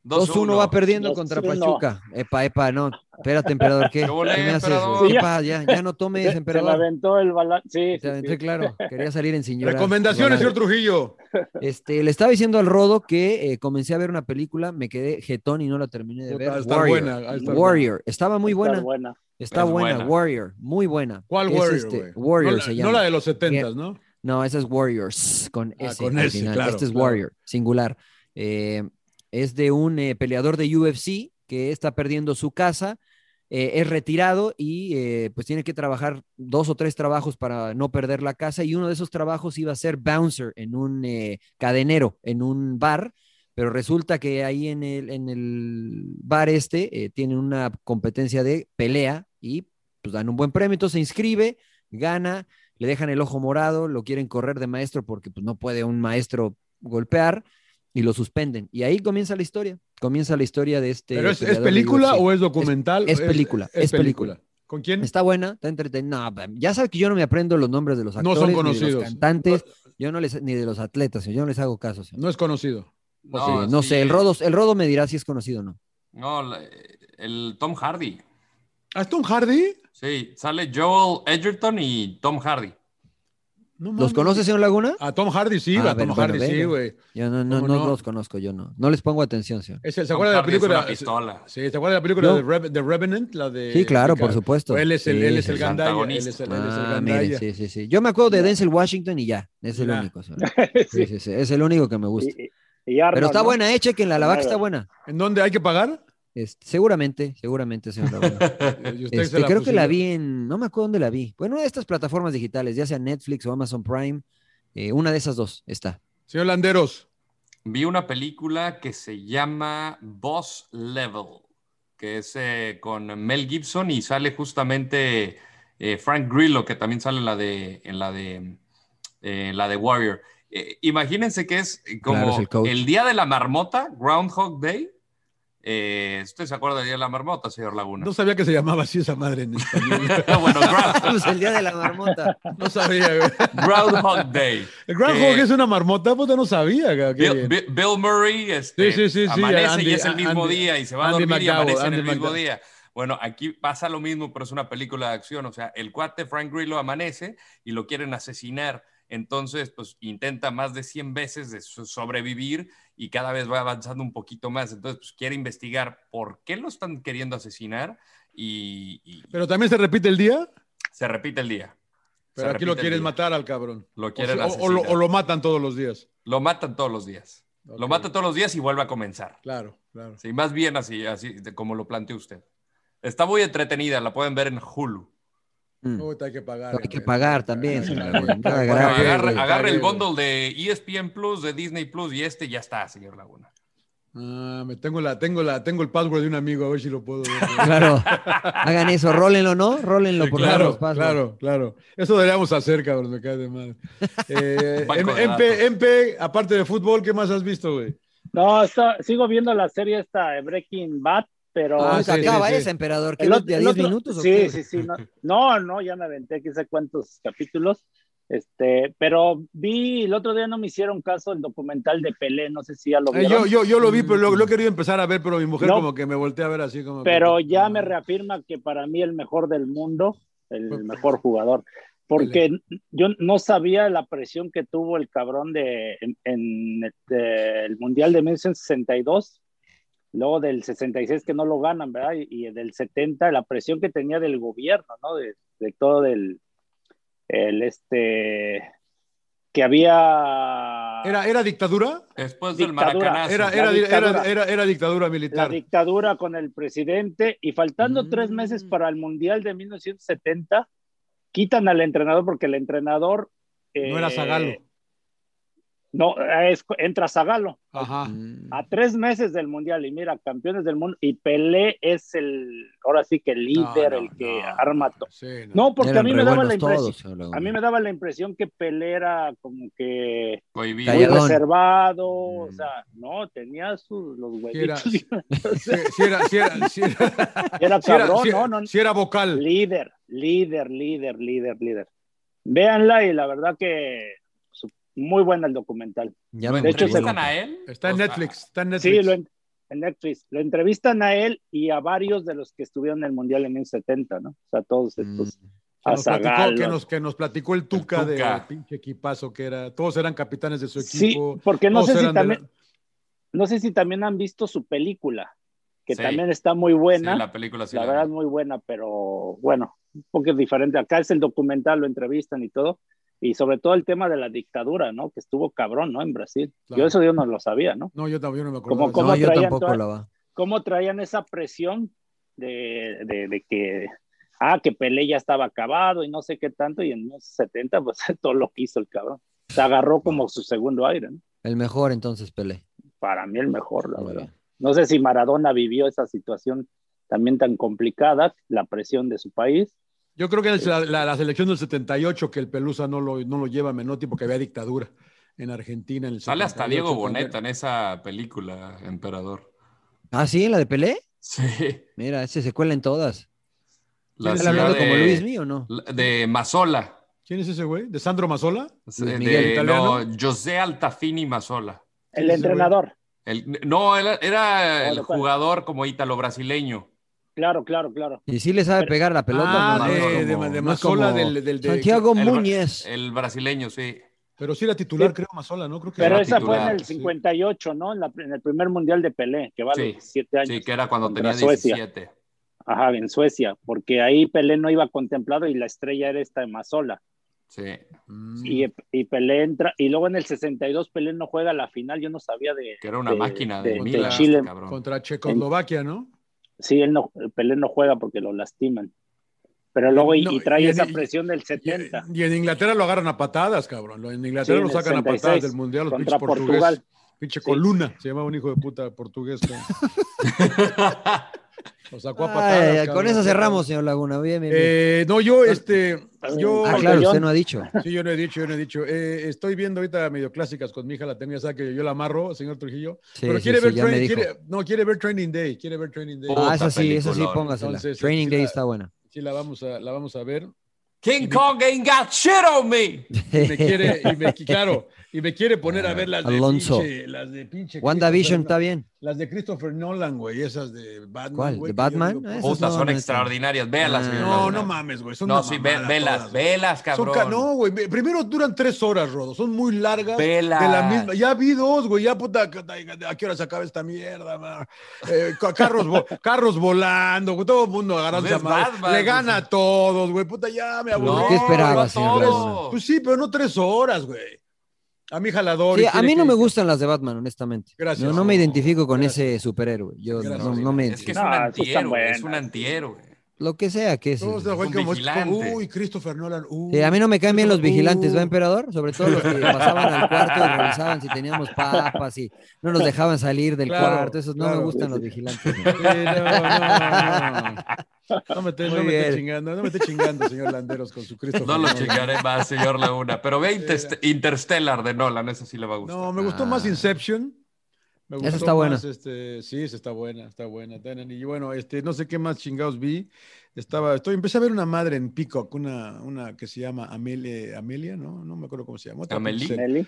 S10: 2-1 va perdiendo
S11: 2-1.
S10: contra Pachuca. Epa, epa, no. Espérate, emperador,
S3: (laughs)
S10: ¿qué,
S3: ¿Qué volé,
S10: qué me haces?
S3: emperador?
S10: ¿Qué
S11: Sí, ya.
S10: pasa? Ya, ya no
S11: (laughs)
S10: tomes,
S11: Se me
S10: emperador.
S11: aventó el Balán. Sí,
S10: Te
S11: sí,
S10: aventé,
S11: sí.
S10: claro. Quería salir en sin llorar.
S9: Recomendaciones,
S10: Llorar.
S9: señor Trujillo.
S10: Este, le estaba diciendo al Rodo que eh, comencé a ver una película, me quedé jetón y no la terminé de
S9: Puta,
S10: ver.
S9: va a estar
S10: Warrior.
S9: buena, va a estar
S10: Warrior. Estaba muy
S11: Está
S10: buena.
S11: buena.
S10: Está
S3: Es
S10: buena,
S3: buena.
S10: Warrior. Muy buena.
S9: ¿Cuál
S10: Es
S9: Warrior?
S10: este,
S9: güey?
S10: Warrior
S9: no, la-
S10: se
S9: No
S10: llama.
S9: la de los 70, ¿no?
S10: No, esa es Warriors con
S9: Ah,
S10: S.
S9: con
S10: al
S9: S,
S10: final.
S9: claro,
S10: este es
S9: claro.
S10: Warrior, singular. Eh, es de un eh, peleador de UFC que está perdiendo su casa, eh, es retirado y eh, pues tiene que trabajar dos o tres trabajos para no perder la casa y uno de esos trabajos iba a ser bouncer en un eh, cadenero, en un bar. Pero resulta que ahí en el, en el bar este eh, tienen una competencia de pelea y pues dan un buen premio, entonces se inscribe, gana, le dejan el ojo morado, lo quieren correr de maestro porque pues, no puede un maestro golpear y lo suspenden. Y ahí comienza la historia, comienza la historia de este...
S9: ¿Pero es, es
S10: peleador de
S9: película
S10: UFC.
S9: o es documental?
S10: Es- es película, es película.
S9: ¿Con quién?
S10: Está buena, está entretenida. No, ya sabes que yo no me aprendo los nombres de los
S9: No
S10: actores,
S9: son
S10: ni de los
S9: conocidos.
S10: cantantes, yo no les, ni de los atletas, yo no les hago caso. señor.
S9: No es conocido.
S10: Eh,
S3: No,
S10: No,
S3: sí,
S10: sé, el rodo, el rodo me dirá si es conocido o no.
S3: No, la- el Tom Hardy.
S9: ¿Ah, ¿Es Tom Hardy?
S3: Sí, sale Joel Edgerton y Tom Hardy.
S9: No
S10: ¿Los
S9: mames.
S10: conoce, señor Laguna?
S9: A Tom Hardy sí,
S10: Ah,
S9: a Tom
S10: bueno,
S9: Hardy
S10: bueno,
S9: sí,
S10: venga.
S9: güey.
S10: Yo no, no,
S9: ¿Cómo
S10: no,
S9: no?
S10: los conozco, yo no. No les pongo atención, señor.
S9: Ese- ¿Se
S3: Tom
S9: acuerda de la
S3: Hardy es
S9: película?
S3: una pistola.
S9: Sí, ¿se acuerda de la película
S10: No.
S9: de Rev- de Revenant? La de,
S10: Sí, claro,
S9: que-
S10: por supuesto.
S9: Pues Él es el,
S10: Sí,
S9: él es
S10: sí,
S9: el
S10: sí.
S9: gandalla. Él es
S3: Antagonista.
S9: el, él es el
S10: Ah,
S9: gandalla.
S10: miren, sí, sí, sí. Yo me acuerdo de Denzel Washington y ya, es el
S9: Ya.
S10: único. señor. Sí, sí, sí, es el único que me gusta.
S11: Y- y- y Arnold,
S10: Pero está
S11: ¿no?
S10: buena, eh, chequenla, la vaca está buena.
S9: ¿En dónde hay que
S10: (laughs)
S9: pagar? Eh,
S10: Este, seguramente, seguramente, señor Laguna.
S9: Y usted se
S10: Este, creo que
S9: pusieron.
S10: la vi en, no me acuerdo dónde la vi. Bueno, una de estas plataformas digitales, ya sea Netflix o Amazon Prime, eh, una de esas dos está.
S9: Señor Landeros,
S3: Vi una película que se llama Boss Level, que es eh, con Mel Gibson y sale justamente eh, Frank Grillo, que también sale en la de, en la de, eh, la de Warrior. eh, imagínense que es como
S10: Claro, es el coach. (laughs)
S3: el día de la marmota, Groundhog Day. Eh, ¿Usted se acuerda del día de la marmota, señor Laguna?
S9: No sabía que se llamaba así esa madre en español.
S3: bueno, Ground-
S10: Pues el día de la marmota.
S9: No sabía, güey.
S3: Groundhog Day.
S9: (laughs) El Groundhog
S3: Eh,
S9: es una marmota, puta, no sabía, güey. Qué
S3: Bill,
S9: bien.
S3: Bill- Bill Murray este,
S9: Sí, sí, sí, sí,
S3: amanece
S9: Andy-
S3: y es el mismo
S9: Andy-
S3: día y se va a
S9: Andy
S3: dormir y
S9: McDowell,
S3: amanece en el
S9: Andy
S3: mismo
S9: McDowell.
S3: día. Bueno, aquí pasa lo mismo, pero es una película de acción. O sea, el cuate Frank Grillo amanece y lo quieren asesinar. Entonces, pues intenta más de 100 veces de so- sobrevivir y cada vez va avanzando un poquito más. Entonces, pues quiere investigar por qué lo están queriendo asesinar y, y
S9: Pero también se repite el día,
S3: se repite el día. Se
S9: pero aquí
S3: repite
S9: lo
S3: el
S9: quieren
S3: día.
S9: matar al cabrón.
S3: Lo
S9: O, sea,
S3: quieren
S9: o- o lo,
S3: asesinar.
S9: o lo matan todos los días.
S3: Lo matan todos los días. Lo
S9: Ok.
S3: matan todos los días y vuelve a comenzar.
S9: Claro, claro.
S3: Sí, más bien así, así de como lo planteó usted. Está muy entretenida, la pueden ver en Hulu.
S10: Mm,
S9: Puta, hay que pagar. eh.
S10: Hay que
S9: güey.
S10: pagar también.
S9: Ay,
S10: señor
S9: ay,
S10: Laguna.
S9: ay,
S10: Cada
S9: ay,
S10: gran-
S9: Pagué, ay,
S3: agarre,
S9: güey,
S3: agarre el
S9: pagué,
S3: bundle de E ESPN Plus, de Disney Plus y este ya está, señor Laguna.
S9: Ah, me tengo la, tengo la, tengo el password de un amigo, a ver si lo puedo ver.
S10: (laughs) Claro. Hagan eso, rólenlo, ¿no? Rólenlo por
S9: claro,
S10: los pasos.
S9: claro, claro. Eso deberíamos hacer, cabrón, me cae
S3: (laughs)
S9: de madre. Eh,
S3: Banco de datos.
S9: MP, MP, aparte de fútbol, ¿qué más has visto, güey?
S11: No, está- sigo viendo la serie esta de Breaking Bad, pero.
S9: Ah,
S10: Nunca
S9: sí, sí,
S10: acaba
S9: sí.
S10: esa, emperador. ¿Qué
S11: El
S10: no-
S11: otro-
S10: de a
S11: el
S10: 10
S11: otro-
S10: minutos? o
S11: Sí,
S10: qué?
S11: sí, sí. No, no, no, ya me aventé quizá cuántos capítulos. Este, pero vi el otro día no me hicieron caso el documental de Pelé, no sé si ya lo
S10: Ah,
S9: Eh,
S11: vieron.
S9: yo, yo, yo lo vi, pero lo, lo he querido empezar a ver, pero mi mujer
S11: Mm. No.
S9: como que me voltea a ver así como. que-
S11: pero ya me reafirma que para mí el mejor del mundo,
S9: Pues,
S11: el mejor jugador, porque yo no sabía la presión que tuvo el cabrón de, en, en, este, el Mundial de 1962, luego del 66 que no lo ganan, ¿verdad? Y, y del 70, la presión que tenía del gobierno, ¿no? De, de todo el, el este, que había...
S9: ¿Era, ¿Era dictadura?
S11: Dictadura.
S3: Después del Maracaná.
S9: Era,
S11: La
S9: era, era,
S11: dictadura.
S9: era, era dictadura
S11: la
S9: militar.
S11: dictadura con el presidente y faltando
S9: Mm.
S11: tres meses para el Mundial de 1970, quitan al entrenador porque el entrenador... eh,
S9: No era Zagalo.
S11: No, es- entra Zagalo.
S9: Ajá.
S10: Mm.
S11: A
S9: Mm.
S11: tres meses del Mundial y mira, campeones del mundo y Pelé es el, ahora sí que el líder,
S9: no,
S11: el que
S9: no,
S11: arma todo.
S9: Sí, no.
S11: No, porque a
S10: Eran
S11: mí
S10: re
S11: me daba la
S10: buenos todos,
S11: impresión.
S10: señor Laguna.
S11: A mí me daba la impresión que Pelé era como que
S3: Cohibido.
S11: muy
S10: Calladón.
S11: reservado, o sea, no, tenía sus los huevitos.
S9: Mm.
S11: (laughs)
S9: sí Sí, sí era, sí era, sí era,
S11: Era
S9: sí era-
S11: cabrón,
S9: sí-
S11: no, no,
S9: sí era vocal.
S11: Líder, líder, líder, líder, líder. Véanla y la verdad que su- muy buena el documental.
S10: Ya
S3: ¿Lo
S10: me
S11: de hecho, se-
S3: entrevistan
S10: encontré.
S3: a él?
S9: Está en
S3: O sea,
S9: Netflix, está en Netflix.
S11: Sí, lo en, en Netflix. Lo entrevistan a él y a varios de los que estuvieron en el Mundial en el 70, ¿no? O sea, todos
S9: Mm,
S11: estos.
S9: Que
S11: A
S9: nos, platicó,
S11: Zagallo.
S9: que, nos, que nos platicó el Tuca,
S3: El Tuca.
S9: de pinche equipazo que era. Todos eran capitanes de su
S11: Sí,
S9: equipo.
S11: porque no
S9: todos
S11: sé si
S9: eran de la-
S11: también- No sé si también han visto su película, que
S3: Sí.
S11: también está muy buena.
S3: sí,
S11: la
S3: la película sí la
S11: verdad
S3: vi.
S11: muy buena, pero bueno, un poco diferente. Acá es el documental, lo entrevistan y todo. Y sobre todo el tema de la dictadura, ¿no? Que estuvo cabrón, ¿no? En Brasil.
S9: Claro.
S11: Yo eso yo no lo sabía, ¿no?
S9: No, yo también no me acuerdo.
S11: Como- como-
S10: No, yo
S11: traían
S10: tampoco
S11: toda-
S10: la va.
S11: cómo traían esa presión de, de- de que, ah, que Pelé ya estaba acabado y no sé qué tanto, y en los 70, pues (laughs) todo lo que hizo el cabrón. Se agarró como su segundo aire, ¿no?
S10: El mejor entonces, Pelé.
S11: Para mí el mejor, la
S10: Muy
S11: verdad.
S10: bien.
S11: No sé si Maradona vivió esa situación también tan complicada, la presión de su país.
S9: Yo creo que es la, la- la selección del 78 que el Pelusa no lo, no lo lleva a Menotti porque había dictadura en Argentina. En el
S3: Sale hasta Diego
S9: 78 también.
S3: Boneta en esa película, Emperador. (laughs)
S10: Ah, sí, la de Pelé.
S3: Sí.
S10: Mira, ese se cuela en todas.
S3: La
S10: ¿Él
S3: ciudad
S10: hablando
S3: de,
S10: como Luis Mí o no?
S3: la- de Mazola. Eh,
S9: ¿Quién es ese güey? ¿De Sandro Mazola?
S3: De-
S10: Miguel,
S3: no,
S9: italiano.
S3: José Altafini Mazola.
S11: El
S9: Sí, sí,
S11: entrenador,
S3: El- no, era, era
S11: Ah,
S3: el
S11: de cuál.
S3: jugador como ítalo-brasileño.
S11: claro, claro, claro.
S10: Y sí le sabe
S11: Pero-
S10: pegar la pelota.
S9: ah,
S10: no,
S3: no,
S9: de,
S3: no
S9: de-
S3: es
S9: de
S3: como- no
S10: es
S9: Mazola,
S10: como
S9: del, del- de-
S10: Santiago
S3: El bra-
S10: Múñez.
S3: El brasileño, sí.
S9: Pero sí era titular,
S11: Sí.
S9: creo, Mazola, ¿no? Creo que
S11: Pero
S3: era
S11: esa fue en
S3: titular,
S11: el
S9: sí.
S11: 58, ¿no? En, la- en el primer mundial de Pelé, que
S3: Sí,
S11: vale 7 años.
S3: Sí, que era cuando
S11: contra
S3: tenía
S11: Suecia.
S3: 17.
S11: Ajá, en Suecia, porque ahí Pelé no iba contemplado y la estrella era esta de Mazola.
S3: Sí,
S9: Mm.
S11: Y, y Pelé entra, y luego en el 62 Pelé no juega la final, yo no sabía de...
S3: que era una
S11: de-
S3: máquina de,
S11: este, de
S3: mil
S9: milas,
S11: Chile.
S3: cabrón.
S9: Contra Checoslovaquia, ¿no?
S11: Sí, él no, Pelé no juega porque lo lastiman. Pero luego y,
S9: No,
S11: y trae
S9: y en-
S11: esa
S9: y-
S11: presión del
S9: Y,
S11: 70
S9: y en Inglaterra lo agarran a patadas, cabrón. En Inglaterra
S11: Sí, en
S9: lo
S11: el
S9: sacan a
S11: 66
S9: patadas del Mundial, los
S11: contra
S9: pinches
S11: Portugal. (laughs)
S9: portugueses. Pinche Coluna, se llamaba un hijo de puta portugués. cabrón. Lo sacó a patadas.
S10: Ay, con
S9: cabrón.
S10: eso cerramos, señor Laguna. Bien, bien, bien.
S9: Eh, no, yo, este. Yo,
S10: ah, claro, usted no ha dicho.
S9: Sí, yo no he dicho, yo no he dicho. Eh, estoy viendo ahorita medio clásicas con mi hija, la tengo, ya sabe que yo la amarro, señor Trujillo.
S10: Sí,
S9: pero
S10: sí,
S9: quiere
S10: sí,
S9: ver
S10: ya me
S9: training,
S10: dijo.
S9: quiere- no, quiere ver Training Day, quiere ver Training Day.
S10: Ah, esa sí, esa sí, póngasela.
S9: Entonces,
S10: Training
S9: sí
S10: Day
S9: la-
S10: está buena.
S9: Sí, la vamos a, la vamos a ver.
S3: King Kong ain't got shit on me.
S9: Y me quiere, y me, claro, y me quiere poner a ver las de
S10: Ah, Alonso.
S9: pinche, las de
S10: (laughs)
S9: pinche.
S10: WandaVision está
S9: Christopher-
S10: bien.
S9: Las de Christopher Nolan, güey, esas de Batman.
S10: ¿Cuál?
S9: güey,
S10: ¿De
S9: que yo
S10: Batman?
S9: digo, pues,
S10: Ah, esas
S3: Puta,
S10: no,
S3: son
S10: neta.
S3: extraordinarias. Velas,
S10: Ah.
S3: señor
S9: No,
S3: Laguna.
S9: no mames, güey. Son
S3: No,
S9: una
S3: sí, ve-
S9: mamada
S3: velas,
S9: todas, güey.
S3: velas, cabrón.
S9: Son ca- no, güey. ve- Primero duran tres horas, Rodo. Son muy largas.
S3: Velas.
S9: De la misma. Ya vi dos, güey. Ya puta, ¿a qué hora se acaba esta mierda, man? Eh, ca-
S10: (laughs)
S9: carros, vo- carros volando, güey. Todo el mundo agarrando
S3: Ves
S9: esa madre.
S3: Batman,
S9: Le
S3: güey.
S9: gana a todos, güey. Puta, ya me aburrí.
S10: ¿qué esperaba,
S9: no
S10: señor
S9: tres-
S10: Laguna?
S9: Pues sí, pero no tres horas, güey. A mi jalador.
S10: Sí, a mí no me gustan las de Batman, honestamente.
S9: Gracias.
S10: No, no me identifico con ese superhéroe. Yo
S9: Gracias.
S10: no, no me
S3: Es que es
S10: identifico.
S3: un
S11: No, sí están
S3: antihéroe, es
S11: buenas.
S3: un antihéroe.
S10: Lo que sea que es.
S9: Todos de güey
S3: un
S9: como es-
S3: vigilante.
S9: Uy, Christopher Nolan. uy.
S10: Sí, a mí no me caen bien los
S9: Christopher-
S10: vigilantes, ¿va,
S9: uy.
S10: emperador? Sobre todo
S9: (laughs)
S10: los que pasaban al cuarto y revisaban si teníamos papas y no nos dejaban salir del
S9: Claro,
S10: cuarto. Esos no
S9: claro.
S10: me gustan los vigilantes.
S9: Sí, no, no, no.
S10: (laughs)
S9: No me esté
S10: Muy
S9: no me esté
S10: bien.
S9: chingando, no me esté chingando, señor Landeros, con su Eh, Cristo.
S3: No lo chingaré más, señor Laguna. Pero ve Interst- Interstellar de Nolan, esa sí le va a gustar.
S9: No, me gustó más Inception. Me
S10: Esa
S9: gustó
S10: está buena.
S9: más, este, sí, esa está buena, está buena. Tanan. Y bueno, este, no sé qué más chingados vi. Estaba, estoy, empecé a ver una madre en Peacock, una, una que se llama Amelia, Amelia, ¿no? No me acuerdo cómo se llama. otra
S3: Amelie.
S9: pinche serie.
S11: Nelly.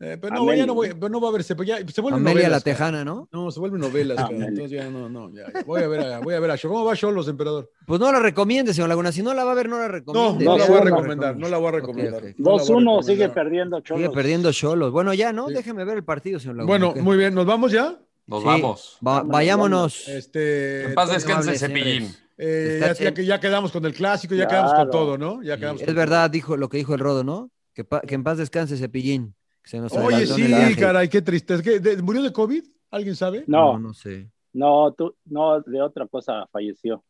S9: Eh, pero no,
S11: Amelie.
S9: ya no voy, pero no va a verse, pero ya se vuelve
S10: Amelia la
S9: novelas, ¿eh? cara.
S10: Tejana, ¿no?
S9: No, se vuelven novelas, cara.
S11: Amelie.
S9: Entonces ya no, no, ya. ya. Voy a ver a, voy a ver a Show. ¿Cómo va Show los emperador?
S10: Pues no la recomiende, señor Laguna. Si no la va a ver, no la
S9: No,
S10: recomiende.
S9: no la voy a
S11: no la
S9: recomendar, no la voy a recomendar.
S10: Ok, ok.
S9: No la voy a
S11: 2-1, sigue
S9: recomendar.
S11: perdiendo Cholos.
S10: Sigue perdiendo Cholos. Bueno, ya, ¿no?
S9: Sí.
S10: Déjeme ver el partido, señor Laguna.
S9: Bueno,
S10: ok.
S9: muy bien, ¿nos vamos ya?
S3: Nos
S10: Sí,
S3: vamos.
S10: va- Vámonos.
S9: Este,
S3: En paz
S9: entonces,
S3: descanse,
S10: amables,
S3: Cepillín.
S10: señores.
S9: eh,
S10: Está
S9: ya, ya
S10: el-
S9: que- ya quedamos con el clásico, ya
S11: Claro.
S9: quedamos con todo, ¿no? Ya quedamos
S10: Es
S9: con-
S10: verdad, dijo lo que dijo el Rodo, ¿no? Que, pa- que en paz descanse Cepillín. que se
S11: Pues
S10: nos
S9: Oye,
S10: adelantó en el
S9: sí,
S10: viaje.
S9: caray, qué tristeza. ¿Qué, de- ¿Murió de COVID? ¿Alguien sabe?
S10: No,
S11: No,
S10: no sé.
S11: no, tú, no, de otra cosa falleció.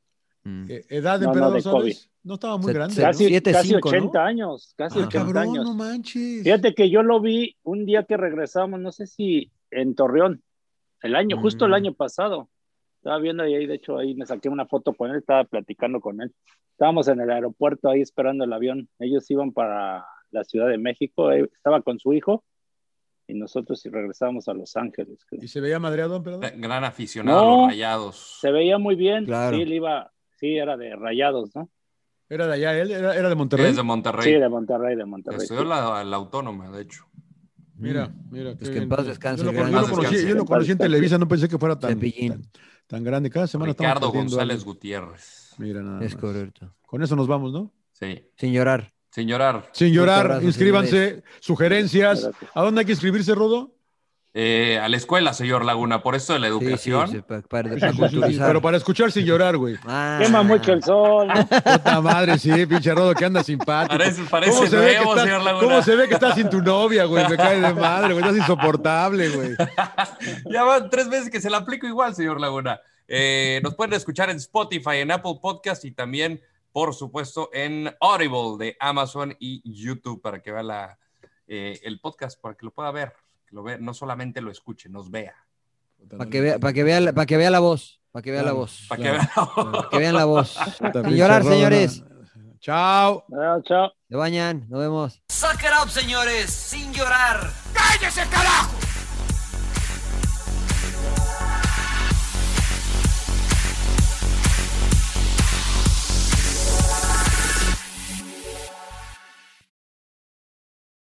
S10: Mm.
S9: Eh, ¿Edad de
S11: No, no,
S9: emperador,
S11: de
S9: sabes? No estaba muy
S10: Se-
S9: grande.
S10: se-
S9: ¿no?
S11: Casi,
S10: Siete,
S11: casi
S10: cinco, ¿no?
S11: 80 años, casi
S10: Ah,
S11: 80
S9: Cabrón,
S11: años.
S9: no manches.
S11: Fíjate que yo lo vi un día que regresamos, no sé si en Torreón, el año, justo el
S10: Mm.
S11: año pasado. Estaba viendo y ahí, de hecho, ahí me saqué una foto con él, estaba platicando con él. Estábamos en el aeropuerto ahí esperando el avión. Ellos iban para la Ciudad de México, él estaba con su hijo y nosotros regresábamos a Los Ángeles. creo.
S9: ¿Y se veía madreado,
S11: Eh.
S9: emperador?
S3: Gran aficionado a
S11: No.
S3: los rayados.
S11: Se veía muy bien,
S10: Claro.
S11: sí, le iba, sí, era de Rayados, ¿no?
S9: ¿Era de allá él? ¿Era, era de Monterrey?
S3: Es de Monterrey.
S11: Sí, de Monterrey, de Monterrey.
S3: Estudió la, la autónoma, de hecho.
S9: Mira, mira.
S10: Pues
S9: qué
S10: que en
S9: bien.
S10: paz descanse
S9: Yo lo,
S10: el
S9: conocí-
S10: gran-
S9: yo lo conocí,
S3: Descanse.
S9: yo lo conocí en
S11: Descanse.
S9: Televisa, no pensé que fuera tan,
S10: Cepillín.
S9: tan, tan grande. Cada semana estamos
S3: Ricardo
S9: perdiendo
S3: González
S9: algo.
S3: Gutiérrez.
S9: Mira, nada
S10: Es
S9: más.
S10: correcto.
S9: Con eso nos vamos, ¿no?
S3: Sí.
S10: Sin llorar.
S3: Sin llorar.
S9: Sin llorar,
S10: abrazo,
S9: inscríbanse, sugerencias.
S11: Gracias.
S9: ¿A dónde hay que inscribirse, Rodo?
S3: Eh, a la escuela, señor Laguna, por esto de la
S10: Sí, sí,
S3: educación.
S10: sí, pa- para,
S9: Sí,
S10: para
S9: sí, sí, sí,
S10: culturizar.
S9: Pero para escuchar sin llorar, güey.
S10: Ah.
S11: Quema mucho el sol.
S10: (laughs)
S9: Puta madre, sí, pinche Rodo, que anda simpático.
S3: Parece- parece
S9: ¿Cómo se ve que
S3: nuevo,
S9: estás-
S3: señor Laguna?
S9: ¿Cómo se ve que estás sin tu novia, güey? Me cae de madre, güey. Estás insoportable, güey.
S3: ya van tres veces que se la aplico igual, señor Laguna. Eh, nos pueden escuchar en Spotify, en Apple Podcast y también, por supuesto, en Audible de Amazon y YouTube para que vea la, eh, el podcast, para que lo pueda ver, que lo vea, no solamente lo escuche, nos vea.
S10: Para que vea, para que vea, la- para que vea la voz. Para que vea la
S9: Claro.
S10: voz.
S3: Para
S9: Claro.
S3: que vea.
S10: Para que vean la voz.
S9: Puta,
S10: Sin llorar,
S9: pinche Rodo,
S10: señores.
S9: no. Chao.
S11: Ah, chao.
S10: Se bañan. Nos vemos.
S14: Suck it up, señores, sin llorar.